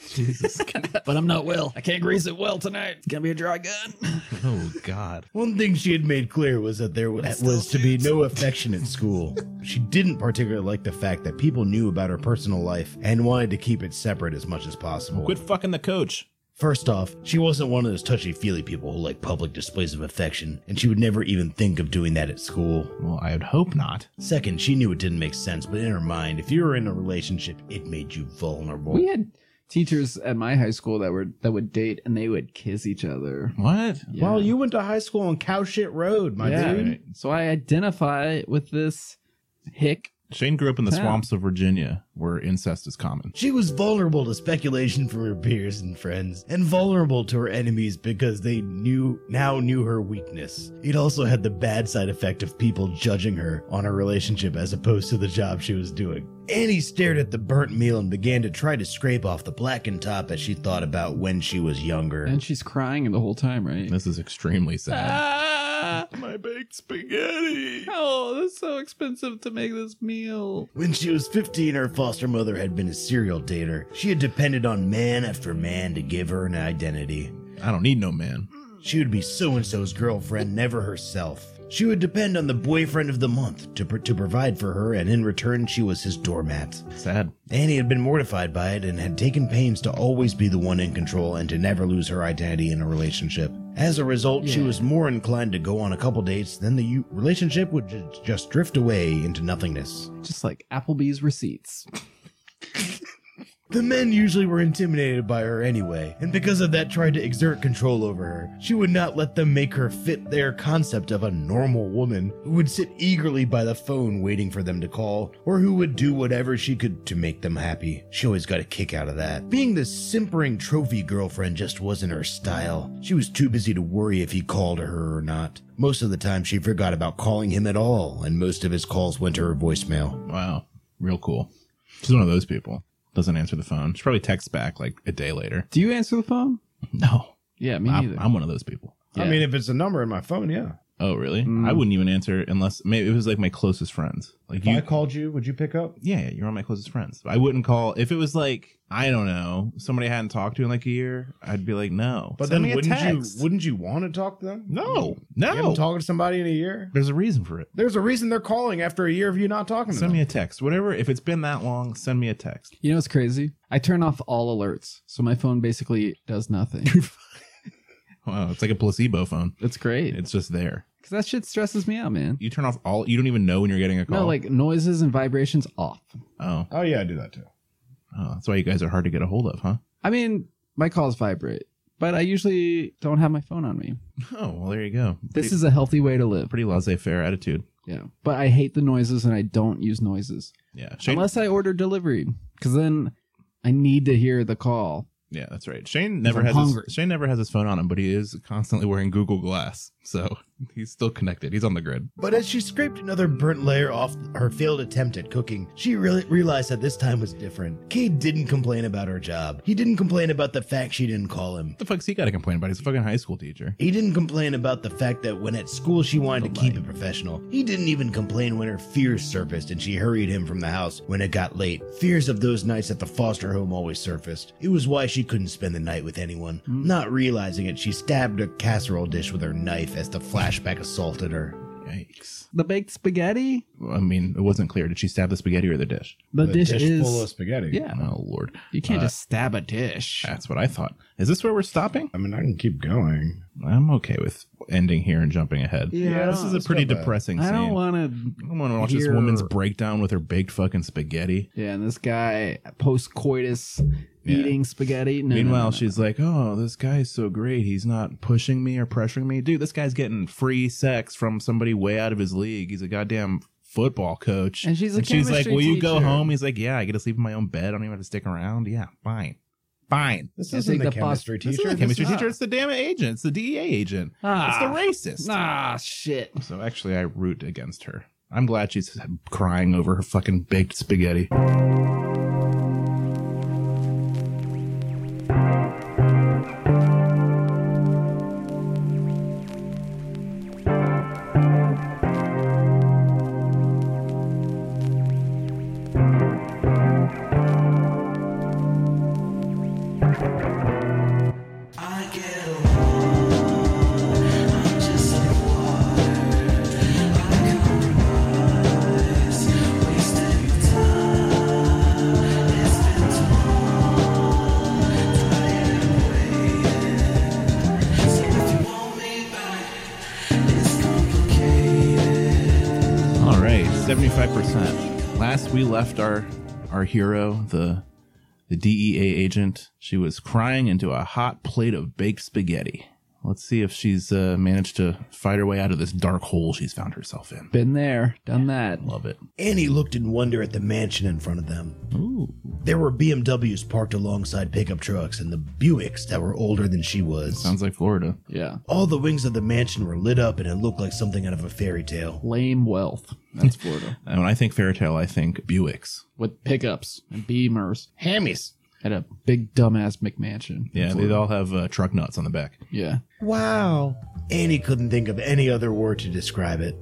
A: Jesus.
C: but I'm not well. I can't grease it well tonight. It's gonna be a dry gun.
A: oh God.
D: One thing she had made clear was that there was, was to be no affection at school. She didn't particularly like the fact that people knew about her personal life and wanted to keep it separate as much as possible.
A: Quit fucking the coach.
D: First off, she wasn't one of those touchy feely people who like public displays of affection, and she would never even think of doing that at school.
A: Well, I would hope not.
D: Second, she knew it didn't make sense, but in her mind, if you were in a relationship, it made you vulnerable.
C: We had teachers at my high school that were that would date and they would kiss each other.
A: What?
C: Yeah.
D: Well, you went to high school on Cow Shit Road, my
C: Yeah.
D: dude.
C: So I identify with this hick.
A: Shane grew up in the
C: Yeah.
A: swamps of Virginia, where incest is common.
D: She was vulnerable to speculation from her peers and friends, and vulnerable to her enemies because they knew now knew her weakness. It also had the bad side effect of people judging her on her relationship as opposed to the job she was doing. Annie stared at the burnt meal and began to try to scrape off the blackened top as she thought about when she was younger.
C: And she's crying the whole time, right?
A: This is extremely sad.
C: Ah,
A: My baked spaghetti.
C: oh, that's so expensive to make this meal.
D: When she was 15, her foster mother had been a serial dater. She had depended on man after man to give her an identity.
A: I don't need no man.
D: She would be so and so's girlfriend, never herself. She would depend on the boyfriend of the month to, pr- to provide for her, and in return, she was his doormat.
A: Sad.
D: Annie had been mortified by it and had taken pains to always be the one in control and to never lose her identity in a relationship. As a result, she
C: Yeah.
D: was more inclined to go on a couple dates, then the u- relationship would ju- just drift away into nothingness.
C: Just like Applebee's receipts.
D: The men usually were intimidated by her anyway, and because of that tried to exert control over her. She would not let them make her fit their concept of a normal woman who would sit eagerly by the phone waiting for them to call, or who would do whatever she could to make them happy. She always got a kick out of that. Being the simpering trophy girlfriend just wasn't her style. She was too busy to worry if he called her or not. Most of the time she forgot about calling him at all, and most of his calls went to her voicemail.
A: Wow. Real cool. She's one of those people. Doesn't answer the phone. She probably texts back like a day later.
C: Do you answer the phone?
A: No.
C: Yeah, me
A: I'm,
C: neither.
A: I'm one of those people.
B: I
C: Yeah.
B: mean, if it's a number in my phone, yeah.
A: Oh, really?
C: Mm.
A: I wouldn't even answer unless maybe it was like my closest friends. Like
B: If
A: you
B: I called you, would you pick up?
A: yeah, yeah, you're one of my closest friends. I wouldn't call if it was like I don't know somebody I hadn't talked to in like a year. I'd be like, no.
B: But
A: Send
B: then
A: me a
B: wouldn't
A: text.
B: you wouldn't you want to talk to them?
A: no,
B: You haven't
A: no.
B: talked to somebody in a year?
A: There's a reason for it.
B: There's a reason they're calling after a year of you not talking to
A: Send
B: them.
A: me a text, whatever. If it's been that long, send me a text.
C: you know what's crazy? I turn off all alerts, so my phone basically does nothing.
A: Wow, Oh, it's like a placebo phone.
C: That's great.
A: It's just there.
C: Because that shit stresses me out, man.
A: You turn off all. You don't even know when you're getting a call.
C: No, like noises and vibrations off.
A: oh,
B: oh yeah, I do that too.
A: oh, that's why you guys are hard to get a hold of, huh?
C: I mean, my calls vibrate, but I usually don't have my phone on me.
A: Oh, well, there you go.
C: This is a healthy way to live.
A: pretty laissez-faire attitude.
C: Yeah. But I hate the noises and I don't use noises.
A: Yeah, Shane.
C: Unless I order delivery, because then I need to hear the call.
A: yeah, that's right. Shane never
C: I'm
A: has his,
C: hungry.
A: Shane never has his phone on him, but he is constantly wearing Google Glass, so he's still connected. He's on the grid.
D: But as she scraped another burnt layer off her failed attempt at cooking, she really realized that this time was different. Cade didn't complain about her job. He didn't complain about the fact she didn't call him.
A: What the fuck's he got to complain about? He's a fucking high school teacher.
D: He didn't complain about the fact that when at school she wanted to keep it professional. He didn't even complain when her fears surfaced and she hurried him from the house when it got late. Fears of those nights at the foster home always surfaced. It was why she couldn't spend the night with anyone. Not realizing it, she stabbed a casserole dish with her knife as the flashback assaulted her.
A: Yikes.
C: The baked spaghetti?
A: Well, I mean, it wasn't clear. Did she stab the spaghetti or the dish?
C: The,
B: A
C: dish,
B: dish
C: is.
B: full of spaghetti.
C: yeah.
A: Oh lord,
C: You can't just stab a dish.
A: that's what I thought. Is this where we're stopping?
B: I mean, I can keep going.
A: I'm okay with ending here and jumping ahead.
C: Yeah, I
A: this
C: don't-
A: is a pretty
B: not bad.
A: depressing
C: I
A: scene.
C: don't want to.
A: I don't want to watch this
C: hear-
A: woman's breakdown with her baked fucking spaghetti.
C: Yeah, and this guy post coitus
A: Yeah.
C: eating spaghetti. No, no,
A: Meanwhile,
C: no, no.
A: she's like, "Oh, this guy's so great. He's not pushing me or pressuring me, dude. This guy's getting free sex from somebody way out of his league. He's a goddamn football coach."
C: And she's a
A: she's like,
C: chemistry
A: "Will you go
C: teacher."
A: home?" He's like, "Yeah, I get to sleep in my own bed. I don't even have to stick around. Yeah, fine, fine."
B: This
C: Yeah,
B: isn't
C: take
B: the,
C: the pos-
B: chemistry
C: this
A: It's
B: teacher.
A: not a chemistry
C: It's not.
A: teacher. It's the damn agent. It's the DEA agent.
C: Ah.
A: it's the racist.
C: Ah, shit.
A: So actually, I root against her. I'm glad she's crying over her fucking baked spaghetti. 75%. Last we left our our hero, the the DEA agent, she was crying into a hot plate of baked spaghetti. Let's see if she's uh, managed to fight her way out of this dark hole she's found herself in.
C: Been there, done that.
A: Love it.
D: Annie looked in wonder at the mansion in front of them.
A: Ooh.
D: There were BMWs parked alongside pickup trucks and the Buicks that were older than she was.
A: Sounds like Florida.
C: Yeah.
D: All the wings of the mansion were lit up and it looked like something out of a fairy tale.
C: Lame wealth. That's Florida.
A: And when I think Fairytale, I think Buicks.
C: With pickups and beamers. Hammies. At a big dumbass McMansion. in
A: Yeah, they
C: Florida.
A: all have uh, truck nuts on the back.
C: Yeah.
D: Wow. Annie couldn't think of any other word to describe it.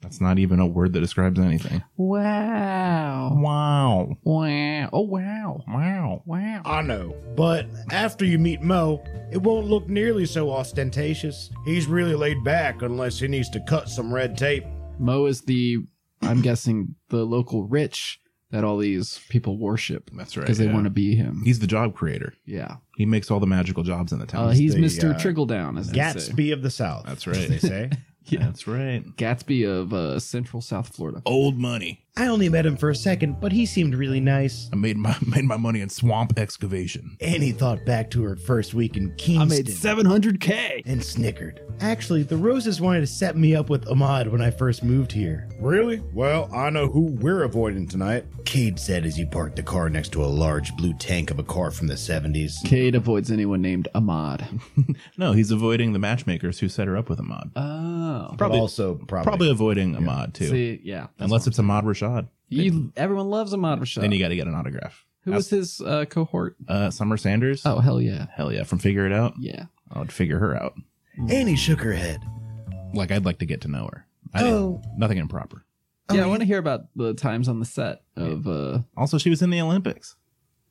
A: That's not even a word that describes anything.
C: Wow.
A: Wow.
C: Wow. Oh, wow.
A: Wow.
C: Wow.
B: I know, but after you meet Mo, it won't look nearly so ostentatious. He's really laid back unless he needs to cut some red tape.
C: Mo is the, I'm guessing, the local rich that all these people worship
A: That's right.
C: because they
A: yeah.
C: want to be him.
A: He's the job creator.
C: yeah.
A: He makes all the magical jobs in the town.
C: Uh, he's
B: the,
C: Mr.
B: uh,
C: Trickledown, as they say.
B: Gatsby of the South.
A: That's
B: as
A: right.
B: They say.
A: That's right.
C: Gatsby of uh, Central South Florida.
A: Old money.
D: I only met him for a second, but he seemed really nice.
A: I made my made my money in swamp excavation.
D: Annie thought back to her first week in Kingston.
C: 700K.
D: and snickered. Actually, the roses wanted to set me up with Ahmad when I first moved here,
B: really? Well, I know who we're avoiding tonight.
D: Cade said as he parked the car next to a large blue tank of a car from the 70s.
C: Cade avoids anyone named Ahmad.
A: No, he's avoiding the matchmakers who set her up with Ahmad.
C: Oh.
D: Probably also probably,
A: Probably avoiding Ahmad too,
C: See, yeah.
A: unless it's Ahmad Rashad.
C: You, everyone loves Ahmad
A: Then you
C: Rashad.
A: got to get an autograph.
C: Who was his uh, cohort?
A: Uh, Summer Sanders.
C: Oh, hell yeah.
A: hell yeah! From Figure It Out,
C: Yeah.
A: I would figure her out.
D: Annie shook her head.
A: Like I'd like to get to know her. I didn't,
D: Oh,
A: nothing improper.
C: Oh, Yeah, I want to hear about the times on the set of. uh
A: Also, she was in the Olympics.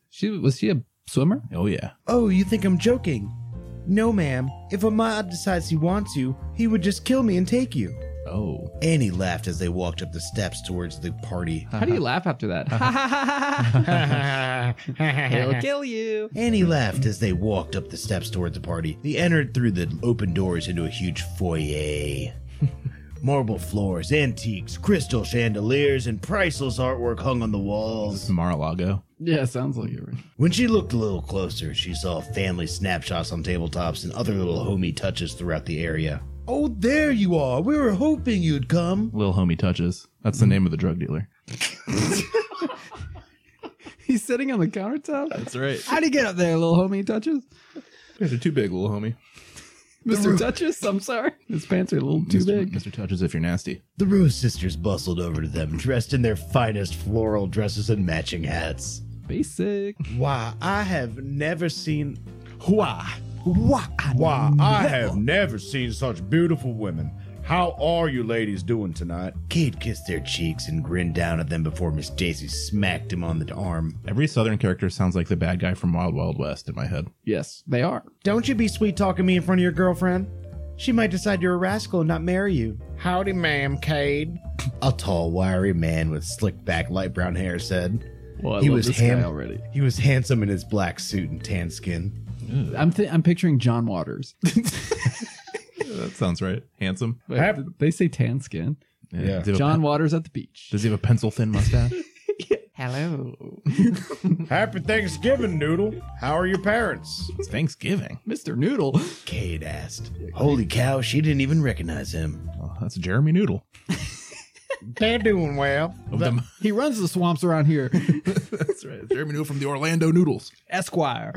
C: She was she a swimmer?
A: Oh yeah,
D: oh, you think I'm joking? No, ma'am. If Ahmad decides he wants you, he would just kill me and take you.
A: Oh.
D: Annie laughed as they walked up the steps towards the party.
C: How do you laugh after that? It'll kill you.
D: Annie laughed as they walked up the steps toward the party. They entered through the open doors into a huge foyer. Marble floors, antiques, crystal chandeliers, and priceless artwork hung on the
A: This is
D: walls.
A: Mar-a-Lago.
C: Yeah, sounds like it. right?
D: When she looked a little closer, she saw family snapshots on tabletops and other little homey touches throughout the area. Oh, there you are! We were hoping you'd come!
A: Lil Homie Touches. That's
C: Mm.
A: the name of the drug dealer.
C: He's sitting on the countertop.
A: That's right.
C: How'd he get up there, little homie? Touches,
A: They're too big, Lil Homie.
C: Mister Touches. I'm sorry, his pants are a little too
A: Mr.
C: big.
A: Mr. Touches, if you're nasty.
D: The Rose sisters bustled over to them, dressed in their finest floral dresses and matching hats.
C: Basic.
D: Why, I have never seen
B: Why?
D: Why?
B: Why? I have never seen such beautiful women. How are you ladies doing tonight?
D: Kate kissed their cheeks and grinned down at them before Miss Daisy smacked him on the arm.
A: Every Southern character sounds like the bad guy from Wild Wild West in my head.
C: Yes, they are.
D: Don't you be sweet talking me in front of your girlfriend. She might decide you're a rascal and not marry you.
B: Howdy, ma'am, Cade.
D: A tall, wiry man with slick back, light brown hair said.
C: Well, I
D: He
C: love
D: was
C: this
D: ham-
C: guy already.
D: He was handsome in his black suit and tan skin.
C: I'm th- I'm picturing John Waters.
A: That sounds right. Handsome.
C: But
B: Hap-
C: they say tan skin.
B: Yeah.
A: Does he have a
C: John
A: pen-
C: Waters at the beach.
A: does he have a pencil thin mustache?
C: Hello,
B: Happy Thanksgiving, Noodle. How are your parents?
A: it's Thanksgiving.
C: Mister Noodle.
D: Kate asked. Holy cow, she didn't even recognize him.
A: Oh, that's Jeremy Noodle.
B: They're doing well.
A: Of the-
C: He runs the swamps around here,
A: that's right. Jeremy Noodle from the Orlando Noodles.
C: Esquire.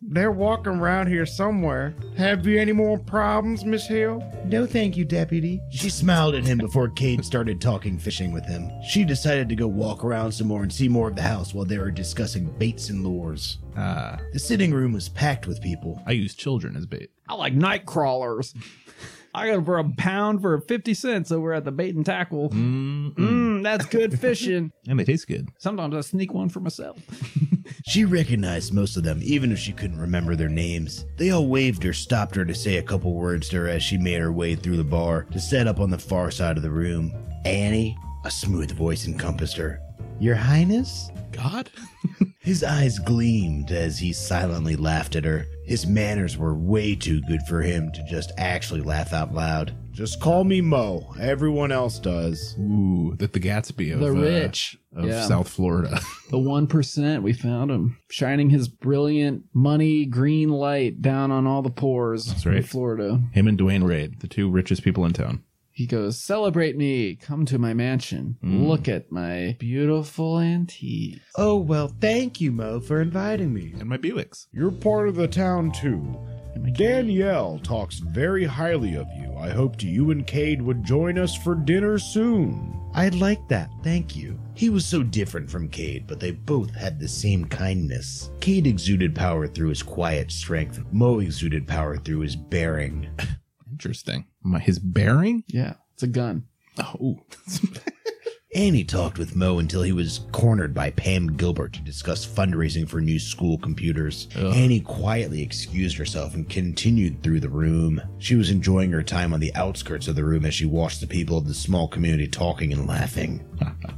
B: They're walking around here somewhere. Have you any more problems, Miss Hill?
D: No thank you, deputy. She smiled at him before Kate started talking fishing with him. She decided to go walk around some more and see more of the house while they were discussing baits and lures.
A: Ah,
D: The sitting room was packed with people.
A: I use children as bait.
C: I like night crawlers. I got 'em for a pound for 50 cents over at the bait and tackle.
A: Mm-mm.
C: Mmm, that's good fishing.
A: And they taste good.
C: Sometimes I sneak one for myself.
D: She recognized most of them, even if she couldn't remember their names. They all waved or stopped her to say a couple words to her as she made her way through the bar to set up on the far side of the room. Annie, a smooth voice encompassed her. Your Highness?
A: God?
D: His eyes gleamed as he silently laughed at her. His manners were way too good for him to just actually laugh out loud.
B: Just call me Mo. Everyone else does.
A: Ooh, that the Gatsby of
C: the
A: uh,
C: rich,
A: of
C: yeah,
A: South Florida.
C: the one percent. We found him shining his brilliant money green light down on all the pores. That's
A: right.
C: in Florida.
A: Him and Dwayne Wade, the two richest people in town.
C: He goes, "Celebrate me! Come to my mansion.
A: Mm.
C: Look at my beautiful antique."
D: Oh, well, thank you, Mo, for inviting me.
A: And my Buicks.
B: You're part of the town too. Danielle talks very highly of you. I hoped you and Cade would join us for dinner soon.
D: I'd like that, thank you. He was so different from Cade, but they both had the same kindness. Cade exuded power through his quiet strength, Mo exuded power through his bearing.
A: Interesting. My, his bearing?
C: Yeah, it's a gun.
A: Oh,
D: And he talked with Mo until he was cornered by Pam Gilbert to discuss fundraising for new school computers. Annie quietly excused herself and continued through the room. She was enjoying her time on the outskirts of the room as she watched the people of the small community talking and laughing.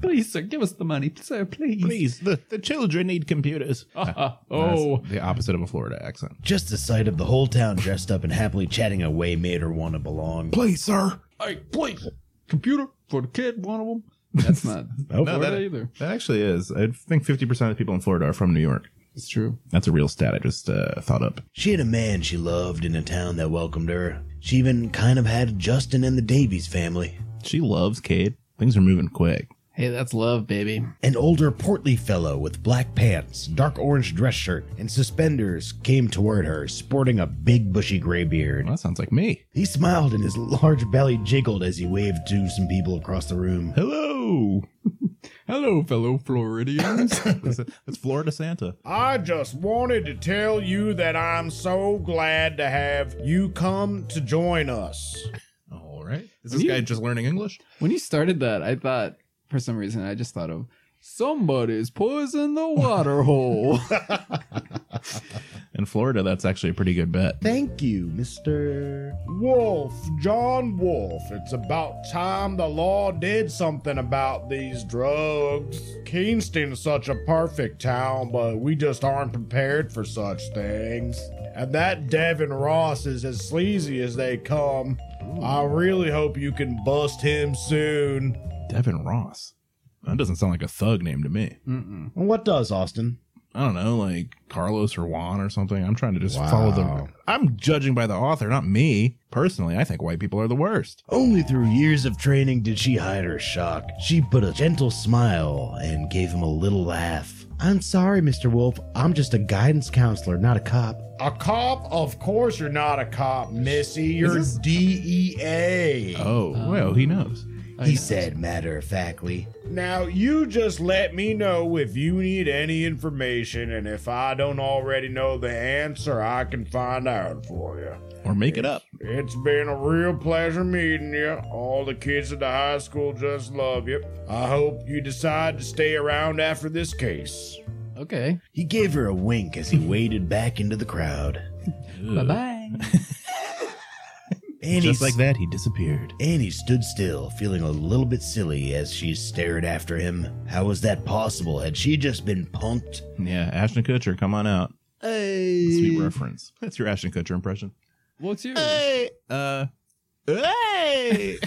C: Please, sir, give us the money, sir. Please.
A: please. The, the children need computers.
C: oh,
A: the opposite of a Florida accent.
D: Just the sight of the whole town dressed up and happily chatting away made her want to belong.
A: Please, sir.
C: hey, please, computer for the kid, one of them. That's not
A: No,
C: Florida
A: that-
C: either.
A: That actually is. I think 50% of the people in Florida are from New York.
C: It's true.
A: That's a real stat I just uh, thought up.
D: She had a man she loved in a town that welcomed her. She even kind of had Justin and the Davies family.
A: She loves Cade. Things are moving quick.
C: Hey, that's love, baby.
D: An older, portly fellow with black pants, dark orange dress shirt, and suspenders came toward her, sporting a big, bushy gray beard.
A: Well, that sounds like me.
D: He smiled and his large belly jiggled as he waved to some people across the room.
A: Hello.
C: Hello, fellow Floridians.
A: that's, that's Florida Santa.
B: I just wanted to tell you that I'm so glad to have you come to join us.
A: All right. Is
C: this guy
A: just learning English?
C: when you started that, I thought, for some reason, I just thought of somebody's poisoned the water hole.
A: In Florida, that's actually a pretty good bet.
D: Thank you, Mr.
B: Wolf, John Wolf, it's about time the law did something about these drugs. Kingston's such a perfect town, but we just aren't prepared for such things. And that Devin Ross is as sleazy as they come. I really hope you can bust him soon.
A: Devin Ross. That doesn't sound like a thug name to me.
C: Mm-mm.
D: What does, Austin?
A: I don't know, like Carlos or Juan or something. I'm trying to just follow the. I'm judging by the author, not me. Personally, I think white people are the worst.
D: Only through years of training did she hide her shock. She put a gentle smile and gave him a little laugh. I'm sorry, Mr. Wolf. I'm just a guidance counselor, not a cop.
B: A cop? Of course you're not a cop, Missy. You're E
A: this-
B: DEA.
A: Oh, well, he knows.
C: I
D: He
C: know.
D: said matter of factly.
B: Now, you just let me know if you need any information, and if I don't already know the answer, I can find out for you.
A: Or make it up.
B: It's been a real pleasure meeting you. All the kids at the high school just love you. I hope you decide to stay around after this case.
C: Okay.
D: He gave her a wink as he waded back into the crowd.
C: Bye bye.
D: Annie,
A: Just like that, he disappeared.
D: Annie stood still, feeling a little bit silly as she stared after him. How was that possible? Had she just been punked?
A: Yeah, Ashton Kutcher, come on out. Sweet
D: Hey.
A: reference. That's your Ashton Kutcher impression.
C: What's yours?
A: Hey, uh, hey.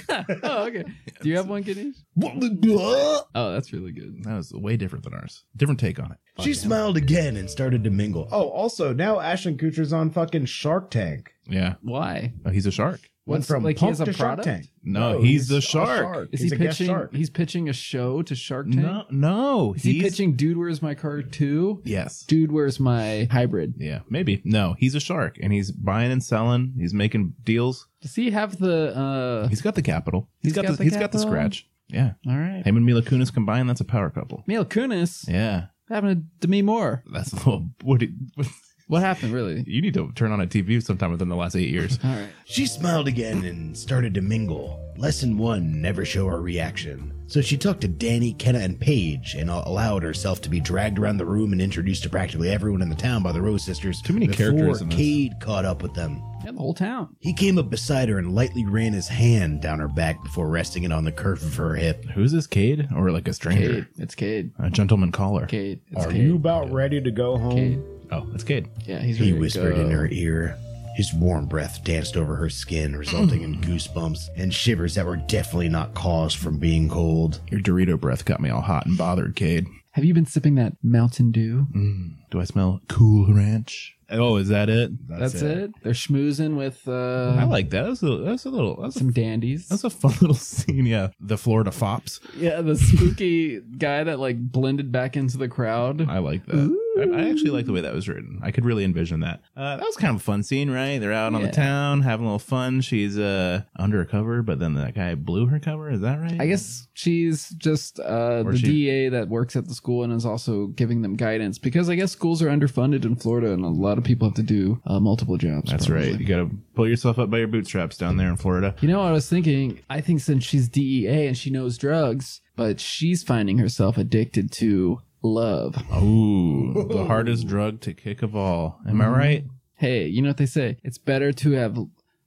C: oh, okay. Do you have one, Kidney? Oh, that's really good.
A: that was way different than ours. Different take on it.
D: She smiled again and started to mingle.
B: Oh, also, now Ashton Kutcher's on fucking Shark Tank.
A: Yeah,
C: Why?
A: oh, he's a shark.
B: Went
C: What's
B: from
C: like he has
B: punk
C: a
B: to Shark
C: product?
B: Tank.
A: No, he's, the
B: a
A: shark.
C: Is
B: he's
C: he
B: a guest
C: pitching?
B: shark.
C: He's pitching a show to Shark Tank.
A: No, no,
C: Is he pitching Dude Where's My Car 2?
A: Yes.
C: Dude Where's My Hybrid?
A: Yeah, maybe. No, he's a shark, and he's buying and selling. He's making deals.
C: Does he have the uh
A: He's got the capital. he's got, the, he's got the
C: capital?
A: scratch. Yeah,
C: all right.
A: him and Mila Kunis combined, that's a power couple.
C: Mila Kunis
A: Yeah,
C: happened to Demi Moore.
A: that's a little. What, do you-
C: What happened really?
A: you need to turn on a TV sometime within the last eight years.
C: All right.
D: She smiled again and started to mingle. Lesson one never show our reaction. So she talked to Danny, Kenna, and Paige and allowed herself to be dragged around the room and introduced to practically everyone in the town by the Rose sisters.
A: Too many characters in
D: Before
A: this.
D: Cade caught up with them.
C: Yeah, the whole town.
D: He came up beside her and lightly ran his hand down her back before resting it on the curve of her hip.
A: Who's this Cade or like a stranger?
C: Cade. It's Cade.
A: A gentleman caller.
C: Cade. It's
B: Are
C: Cade.
B: you about ready to go home?
C: Cade.
A: Oh, that's Cade.
C: Yeah, he's
D: He
C: ready to
D: whispered
C: go.
D: in her ear. His warm breath danced over her skin, resulting
C: Mm.
D: in goosebumps and shivers that were definitely not caused from being cold.
A: Your Dorito breath got me all hot and bothered, Cade.
C: Have you been sipping that Mountain Dew?
A: Mm. Do I smell Cool Ranch? Oh, is that it?
C: That's, it. They're schmoozing with uh,
A: I like that. That's a that's a little that's
C: some
A: a,
C: dandies.
A: that's a fun little scene. Yeah, the Florida fops.
C: yeah, the spooky guy that like blended back into the crowd.
A: I like that. I, I actually like the way that was written. I could really envision that. Uh, that was kind of a fun scene, right? They're out on
C: Yeah.
A: the town having a little fun. She's uh under a cover, but then that guy blew her cover. Is that right?
C: I guess she's just uh,
A: Or
C: the
A: she-
C: DA that works at the school and is also giving them guidance because I guess schools are underfunded in Florida and a lot of people have to do uh, multiple jobs.
A: that's
C: probably.
A: right. You gotta pull yourself up by your bootstraps down there in Florida.
C: You know, I was thinking, I think since she's DEA and she knows drugs, but she's finding herself addicted to love.
A: Ooh, the hardest drug to kick of all. Am I
C: Mm-hmm.
A: right?
C: Hey, you know what they say? It's better to have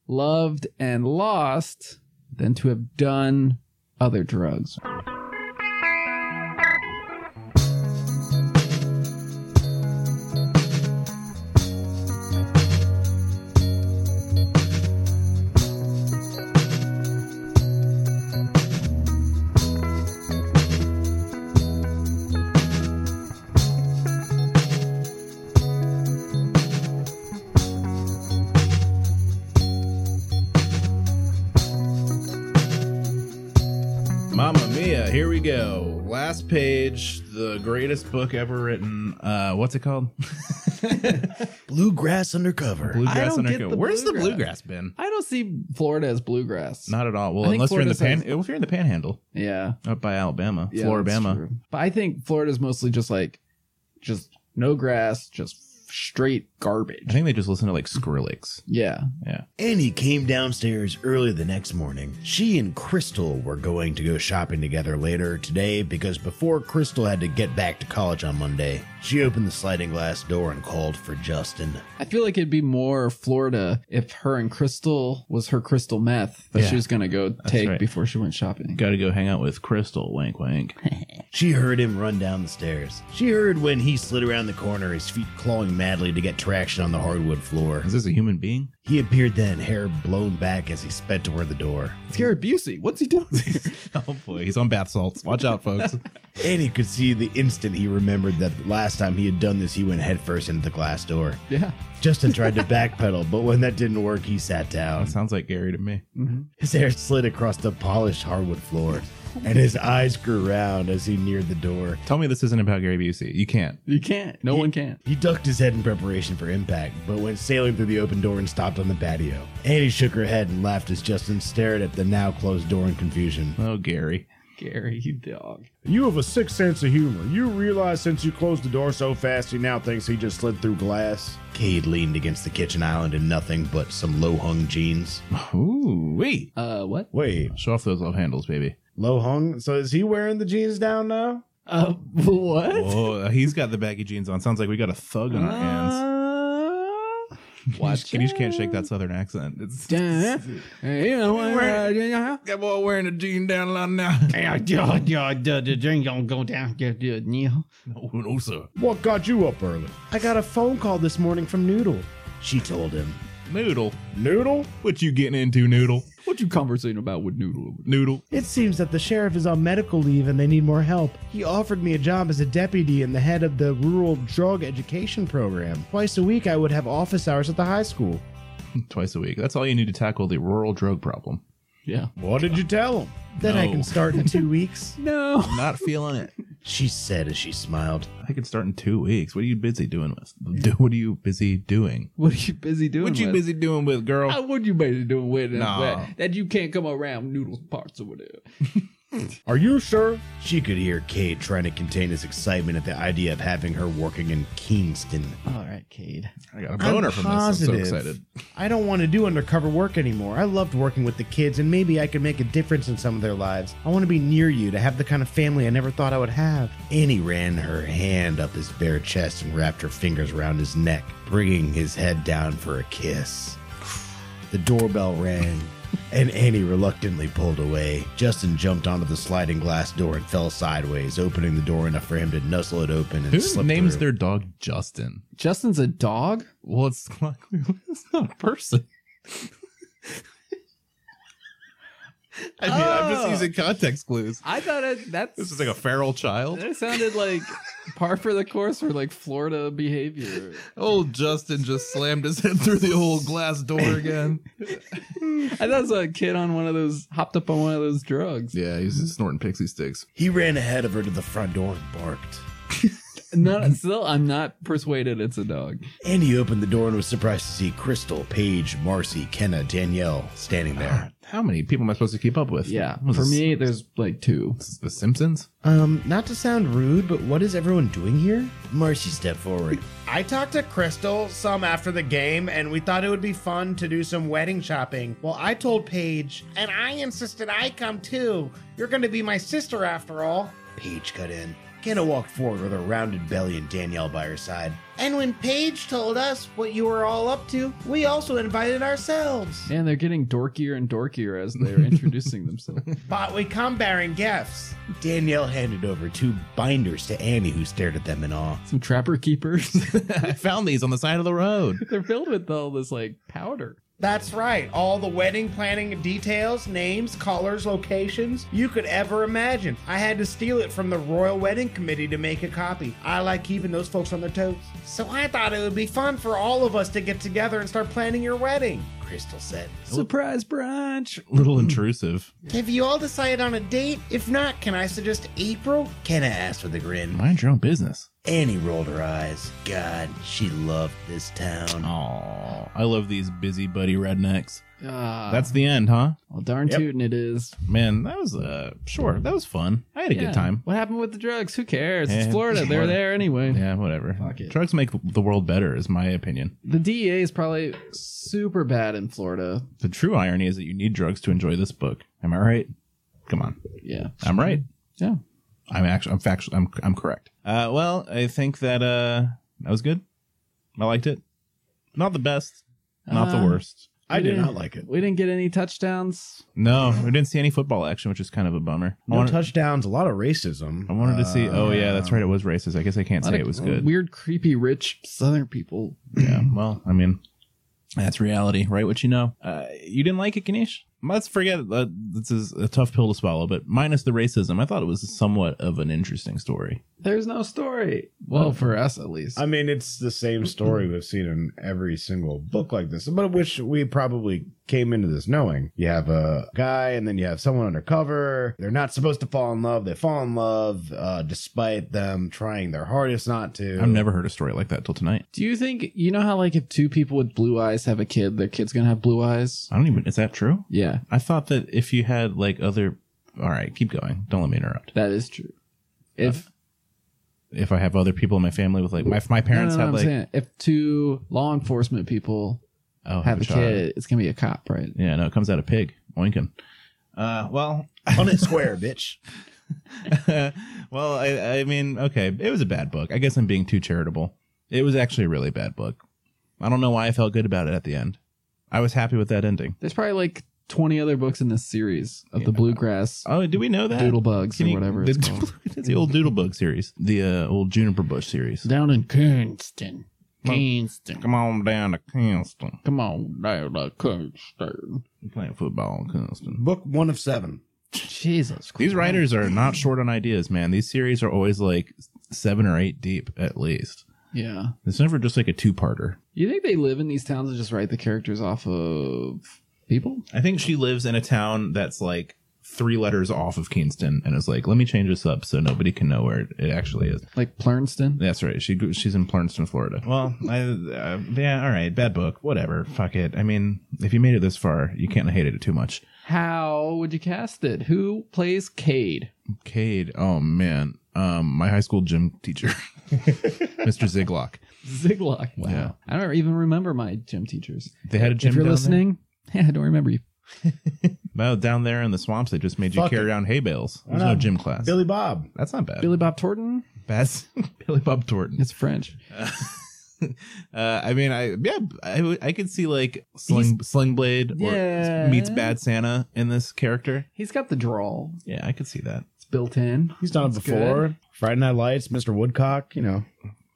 C: loved and lost than to have done other drugs.
A: Mamma mia, here we go. Last page, the greatest book ever written. Uh, what's it called?
D: Bluegrass undercover.
C: I
A: Bluegrass
C: don't get
A: Undercover.
C: the
A: Where's the
C: bluegrass.
A: bluegrass been?
C: I don't see Florida as bluegrass.
A: Not at all.
C: I
A: Well,
C: think
A: unless you're in the
C: Florida
A: pan, if you're in the Panhandle,
C: yeah.
A: up by Alabama,
C: yeah that's
A: Floribama.
C: true. But I think Florida's mostly just like, just no grass, just straight
A: I
C: garbage.
A: think they just listen to like Skrillex.
C: Yeah.
A: Yeah.
D: Annie came downstairs early the next morning. She and Crystal were going to go shopping together later today because before Crystal had to get back to college on Monday, she opened the sliding glass door and called for Justin.
C: I feel like it'd be more Florida if her and Crystal was her crystal meth that she
A: Yeah.
C: was gonna go take
A: right.
C: before she went shopping.
A: Got to go hang out with Crystal. Wank wank.
D: She heard him run down the stairs. She heard when he slid around the corner, his feet clawing madly to get traction on the hardwood floor.
A: Is this a human being?
D: He appeared then, hair blown back as he sped toward the door.
C: It's Gary Busey. What's he doing? here?
A: Oh boy, he's on bath salts. Watch out, folks.
D: Annie could see the instant he remembered that the last time he had done this, he went headfirst into the glass door.
C: yeah.
D: Justin tried to backpedal, but when that didn't work, he sat down.
A: that sounds like Gary to me.
C: Mhm.
D: His hair slid across the polished hardwood floor, and his eyes grew round as he neared the door.
A: Tell me this isn't about Gary Busey. You can't.
C: You can't. No one can.
D: He ducked his head in preparation for impact, but went sailing through the open door and stopped on the patio. Annie shook her head and laughed as Justin stared at the now closed door in confusion.
A: Oh, Gary.
C: Gary, you dog.
B: You have a sick sense of humor. You realize since you closed the door so fast, he now thinks he just slid through glass.
D: Cade leaned against the kitchen island in nothing but some low hung jeans.
A: Ooh, wait.
C: Uh, what?
B: Wait,
A: Show off those love handles, baby.
B: low hung? So is he wearing the jeans down now?
C: Uh, what?
A: Oh, he's got the baggy jeans on. Sounds like we got a thug on our hands.
C: hands. Watch.
A: You just can't shake that southern accent. It's
C: Yeah. Hey, you know, uh, yeah.
A: that boy wearing a jean down line now.
C: Yeah, yeah, yeah, the- the drink don't go down. Yeah, yeah, yeah.
A: no, Oh, no, sir.
B: What got you up early? I got a phone call this morning from Noodle.
D: She told him.
A: Noodle.
B: Noodle?
A: What you getting into, Noodle?
C: What you conversating about with Noodle?
A: Noodle.
B: It seems that the sheriff is on medical leave and they need more help. He offered me a job as a deputy and the head of the rural drug education program. Twice a week, I would have office hours at the high school.
A: Twice a week. That's all you need to tackle the rural drug problem.
C: Yeah.
B: What did you tell him? Then I
A: No.
B: can start in two weeks.
C: No.
A: Not feeling it.
D: She said as she smiled.
A: I could start in two weeks. What are you busy doing with? Do, what are you busy doing?
C: What are you busy doing?
A: What you
C: with?
A: busy doing with, girl?
C: How would you be doing with it?
A: Nah.
C: that, that you can't come around noodles parts or whatever.
B: Are you sure?
D: She could hear Cade trying to contain his excitement at the idea of having her working in Kingston.
C: All right, Cade.
A: I got a boner from this. I'm so excited.
B: I don't want to do undercover work anymore. I loved working with the kids, and maybe I could make a difference in some of their lives. I want to be near you to have the kind of family I never thought I would have.
D: Annie ran her hand up his bare chest and wrapped her fingers around his neck, bringing his head down for a kiss. The doorbell rang. and Annie reluctantly pulled away. Justin jumped onto the sliding glass door and fell sideways, opening the door enough for him to nuzzle it open and
A: Who
D: slip
A: names
D: through.
A: their dog Justin?
C: Justin's a dog?
A: Well, it's not, it's not a person. I mean, I'm just
C: Oh.
A: using context clues.
C: I thought it, that's
A: This is like a feral child.
C: that sounded like par for the course for like Florida behavior.
A: Old Justin just slammed his head through the old glass door again.
C: I thought it was a kid on one of those hopped up on one of those drugs.
A: yeah, he's snorting pixie sticks.
D: He ran ahead of her to the front door and barked.
C: No, still I'm not persuaded it's a dog.
D: Andy opened the door and was surprised to see Crystal, Paige, Marcy, Kenna, Danielle standing there.
A: God, how many people am I supposed to keep up with?
C: Yeah.
A: Was
C: For
A: this-
C: me, there's like two.
A: this is The Simpsons?
D: Um, not to sound rude, but what is everyone doing here? Marcy stepped forward.
B: I talked to Crystal some after the game, and we thought it would be fun to do some wedding shopping. Well, I told Paige, and I insisted I come too. You're going to be my sister after all.
D: Paige cut in. Kenna walked forward with her rounded belly and Danielle by her side.
B: And when Paige told us what you were all up to, we also invited ourselves.
C: And they're getting dorkier and dorkier as they're introducing themselves.
B: But we come bearing gifts.
D: Danielle handed over two binders to Annie, who stared at them in awe.
C: Some trapper keepers.
A: I found these on the side of the road.
C: they're filled with all this like powder.
B: That's right, all the wedding planning details, names, colors, locations you could ever imagine. I had to steal it from the Royal Wedding Committee to make a copy. I like keeping those folks on their toes. So I thought it would be fun for all of us to get together and start planning your wedding.
D: Crystal said.
C: Surprise brunch.
A: little intrusive.
B: Have you all decided on a date? If not, can I suggest April?
D: Kenna asked with a grin.
A: Mind your own business.
D: Annie rolled her eyes. God, she loved this town.
A: Oh, I love these busybody rednecks.
C: Ah,
A: That's the end, huh?
C: well, darn
D: Yep.
C: tootin' it is.
A: Man, that was uh sure, that was fun. I had a
C: Yeah.
A: good time.
C: What happened with the drugs? Who cares?
A: Eh,
C: It's Florida. They're
A: Florida.
C: there anyway.
A: Yeah, whatever.
C: Fuck it.
A: Drugs make the world better, is my opinion.
C: The DEA is probably super bad in Florida.
A: The true irony is that you need drugs to enjoy this book. Am I right? Come on,
C: Yeah.
A: I'm right.
C: Yeah.
A: I'm actually, I'm factually, I'm, I'm correct. Uh, well, I think that uh, that was good. I liked it. Not the best, not
C: Uh,
A: the worst.
D: I
C: We
D: did
C: didn't-
D: not like it.
C: We didn't get any touchdowns.
A: No, we didn't see any football action, which is kind of a bummer. I
D: No
A: wanted,
D: touchdowns, a lot of racism.
A: I wanted to see.
C: Uh,
A: Oh yeah, that's
D: Um,
A: right. It was racist. I guess I can't
C: A lot
A: say it
C: of
A: was good.
C: Weird, creepy, rich Southern people.
A: Yeah. Well, I mean, that's reality, right? What you know. Uh, you didn't like it, Ganesh. Let's forget uh, this is a tough pill to swallow, but minus the racism, I thought it was somewhat of an interesting story.
C: There's no story. Well, for us at least.
D: I mean, it's the same story we've seen in every single book like this, but which we probably came into this knowing. You have a guy, and then you have someone undercover. They're not supposed to fall in love. They fall in love uh, despite them trying their hardest not to.
A: I've never heard a story like that till tonight.
C: Do you think you know how like if two people with blue eyes have a kid, their kid's gonna have blue eyes?
A: I don't even. Is that true?
C: Yeah,
A: I thought that if you had like other. All right, keep going. Don't let me interrupt.
C: that is
A: Uh,
C: true. If
A: If I have other people in my family with like my if my parents
C: no, no, no, I'm
A: had like
C: saying, if two law enforcement people
A: oh
C: have a
A: child.
C: kid, it's gonna be a cop, right?
A: Yeah, no, it comes out of pig oinkin. Uh, well,
D: on it square, bitch.
A: well, I, I mean, okay, it was a bad book. I guess I'm being too charitable. It was actually a really bad book. I don't know why I felt good about it at the end. I was happy with that ending.
C: There's probably like 20 other books in this series of
A: Yeah.
C: the bluegrass
A: Oh, do we know that?
C: doodlebugs
A: Can
C: or
A: you-
C: whatever
A: the,
C: it's called.
A: it's the old Doodlebug series, the uh, old Juniper Bush series.
C: Down in Kingston,
A: Well-
C: Kingston.
A: Come on down to Kingston.
C: Come on, down to Kingston.
A: We're playing football in Kingston.
D: Book one of seven.
C: Jesus, Christ.
A: These writers are not short on ideas, man. These series are always like seven or eight deep at least.
C: Yeah.
A: It's never just like a two-parter.
C: You think they live in these towns and just write the characters off of people?
A: I think she lives in a town that's like three letters off of Kingston, and is like, "Let me change this up so nobody can know where it, it actually is."
C: Like Plurnston?
A: That's right. She go- she's in Plurnston, Florida. Well, I, uh, yeah, all right, bad book, whatever. Fuck it. I mean, if you made it this far, you can't hate it too much.
C: How would you cast it? Who plays Cade?
A: Cade, oh man, um, my high school gym teacher, Mr. Ziglock.
C: Ziglock. Wow.
A: Yeah.
C: I don't even remember my gym teachers.
A: They had a gym.
C: if you're
A: down
C: listening, I don't remember you.
A: there. Well, down there in the swamps, they just made you
D: Fuck
A: carry
D: it.
A: around hay bales. There's no
D: not?
A: gym class.
D: Billy Bob.
A: that's not bad.
C: Billy Bob Torton?
A: That's Billy Bob Thornton.
C: It's French.
A: uh, I mean, I yeah, I, would- I could see like Sling Sling Blade or
C: Yeah.
A: meets Bad Santa in this character.
C: He's got the drawl.
A: Yeah, I could see that.
C: It's built in.
D: He's done it
C: That's
D: before.
C: good.
D: Friday Night Lights, Mr. Woodcock, you know.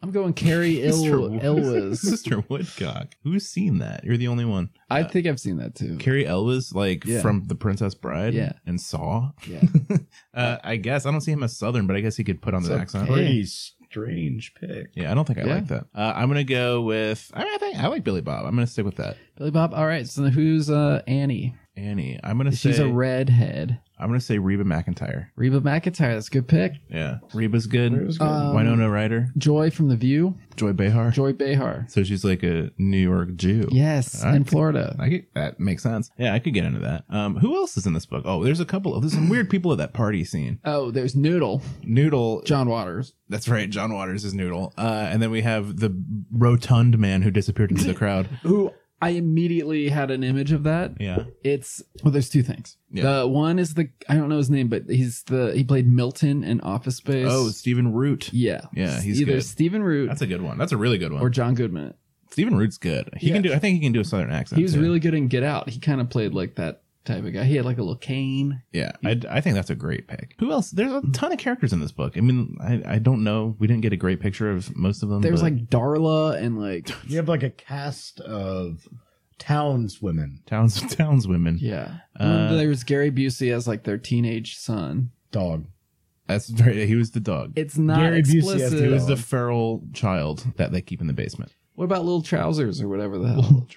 C: I'm going Carrie
A: Sister
C: Il-
A: Wo-
C: Elwes.
A: Sister Woodcock. Who's seen that? You're the only one.
C: I think I've seen that too.
A: Carrie Elwes, like
C: Yeah.
A: from The Princess Bride,
C: Yeah.
A: and Saw.
C: Yeah.
A: Uh, I guess I don't see him as Southern, but I guess he could put on the
D: It's a
A: accent.
D: pretty strange pick.
A: Yeah, I don't think I
C: Yeah.
A: like that. Uh, I'm gonna go with. I, mean, I think I like Billy Bob. I'm gonna stick with that.
C: Billy Bob. All right. So who's uh, Annie?
A: Annie. I'm gonna
C: She's
A: say.
C: a redhead.
A: I'm gonna say Reba McIntyre.
C: Reba McIntyre. That's a good pick.
A: Yeah, Reba's good.
D: Reba's good.
C: Um,
A: Winona Ryder,
C: Joy from The View.
A: Joy Behar.
C: Joy Behar.
A: so she's like a New York Jew.
C: Yes,
A: All right.
C: in Florida.
A: I get, that makes sense. Yeah, I could get into that. Um, who else is in this book? Oh, there's a couple of there's some weird people at that party scene.
C: Oh, there's Noodle.
A: Noodle,
C: John Waters.
A: that's right. John Waters is Noodle, uh, and then we have the rotund man who disappeared into the crowd.
C: Who I immediately had an image of that.
A: Yeah,
C: It's well, there's two things.
A: Yeah.
C: The one is the I don't know his name, but he's the he played Milton in Office Space.
A: Oh, Stephen Root.
C: yeah,
A: Yeah, he's
C: either
A: good.
C: Stephen Root
A: That's a good one. That's a really good one.
C: or John Goodman.
A: Stephen Root's good. He
C: Yeah.
A: can do. I think he can do a southern accent.
C: He was
A: too.
C: really good in Get Out. He kind of played like that type of guy. He had like a little cane.
A: Yeah, I, I think that's a great pick. Who else? There's a ton of characters in this book. I mean, I, I don't know. We didn't get a great picture of most of them.
C: There was
A: but
C: like Darla and like
D: You have like a cast of townswomen,
A: towns townswomen.
C: yeah.
A: Uh,
C: there was Gary Busey as like their teenage son.
D: dog.
A: That's very. He was the dog.
C: It's not
D: Gary Busey has to
C: explicit.
A: He was the feral child that they keep in the basement.
C: what about little trousers or whatever the hell?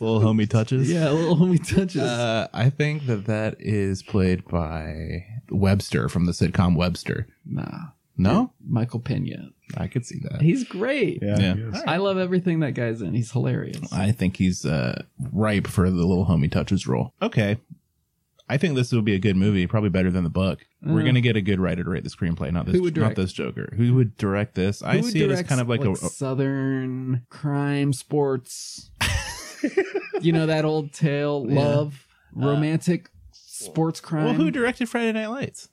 A: Little homie touches.
C: yeah, little homie touches.
A: Uh, I think that that is played by Webster from the sitcom Webster.
C: nah.
A: No,
C: Michael Pena.
A: I could see that.
C: He's great.
A: Yeah.
C: I love everything that guy's in. He's hilarious.
A: I think he's uh, ripe for the little homie touches role. Okay. I think this will be a good movie, probably better than the book. We're
C: Uh.
A: going to get a good writer to rate the screenplay, not this
C: Who would
A: not
C: direct?
A: this Joker. Who would direct this? I
C: Who
A: see it as
C: directs,
A: kind of like, a
C: southern crime sports. you know that old tale,
A: Yeah.
C: love, romantic sports crime.
A: Well, who directed Friday Night Lights?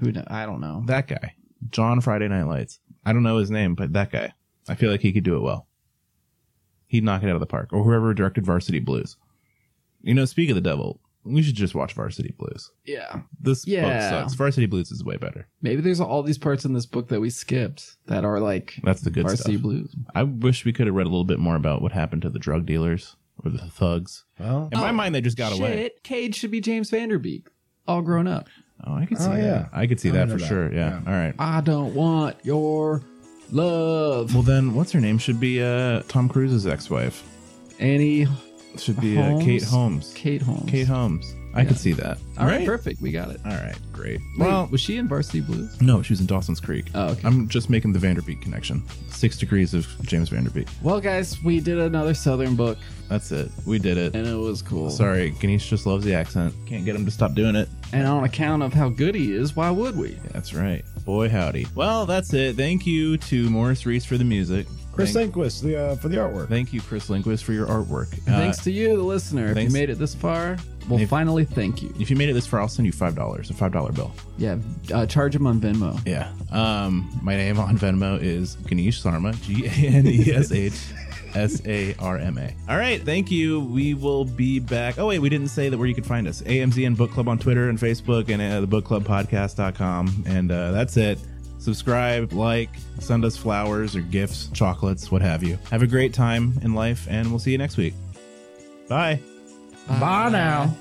C: Who kno- I don't know.
A: That guy. John Friday Night Lights. I don't know his name, but that guy. I feel like he could do it well. He'd knock it out of the park or whoever directed Varsity Blues. You know, speak of the devil, we should just watch Varsity Blues.
C: Yeah.
A: This
C: Yeah.
A: book sucks. Varsity Blues is way better.
C: Maybe there's all these parts in this book that we skipped that are like
A: That's the good stuff.
C: varsity blues.
A: I wish we could have read a little bit more about what happened to the drug dealers or the thugs.
D: Well,
A: In my
C: Oh,
A: mind, they just got
C: Shit,
A: away.
C: Cage should be James Vanderbeek, all grown up.
A: Oh, I could see
D: Oh,
A: that.
D: yeah.
A: I could see
D: I
A: that for
D: remember that.
A: sure. Yeah. All right.
C: I don't want your love.
A: Well, then, what's her name? Should be uh, Tom Cruise's ex-wife.
C: Annie
A: Should be uh,
C: Holmes?
A: Kate Holmes.
C: Kate Holmes.
A: Kate Holmes. I could see that.
C: All right, perfect. We got it.
A: All right. Great.
C: Wait,
A: well,
C: was she in Varsity Blues?
A: no, she was in Dawson's Creek.
C: Oh, okay.
A: I'm just making the Vanderbeek connection. Six degrees of James Vanderbeek.
C: Well, guys, we did another Southern book,
A: That's it. We did it.
C: and it was cool.
A: Sorry, Ganesh just loves the accent. Can't get him to stop doing it.
C: And on account of how good he is, why would we?
A: That's right. Boy, howdy. Well, that's it. Thank you to Morris Reese for the music.
D: Chris
A: thank,
D: Enquist the, uh, for the artwork.
A: thank you, Chris Linquist, for your artwork. Uh,
C: thanks to you, the listener. If
A: thanks-
C: you made it this far, we'll
A: If-
C: finally thank you.
A: If you made it this far, I'll send you five dollars, a five dollar bill.
C: Yeah, uh, charge him on Venmo.
A: Yeah. Um, my name on Venmo is Ganesh Sarma. G A N E S H S A R M A. All right. Thank you. We will be back. Oh wait, we didn't say that where you could find us. AMZN Book Club on Twitter and Facebook and uh, the bookclubpodcast.com. And uh, that's it. Subscribe, like, send us flowers or gifts, chocolates, what have you. Have a great time in life, and we'll see you next week. Bye.
B: Bye now.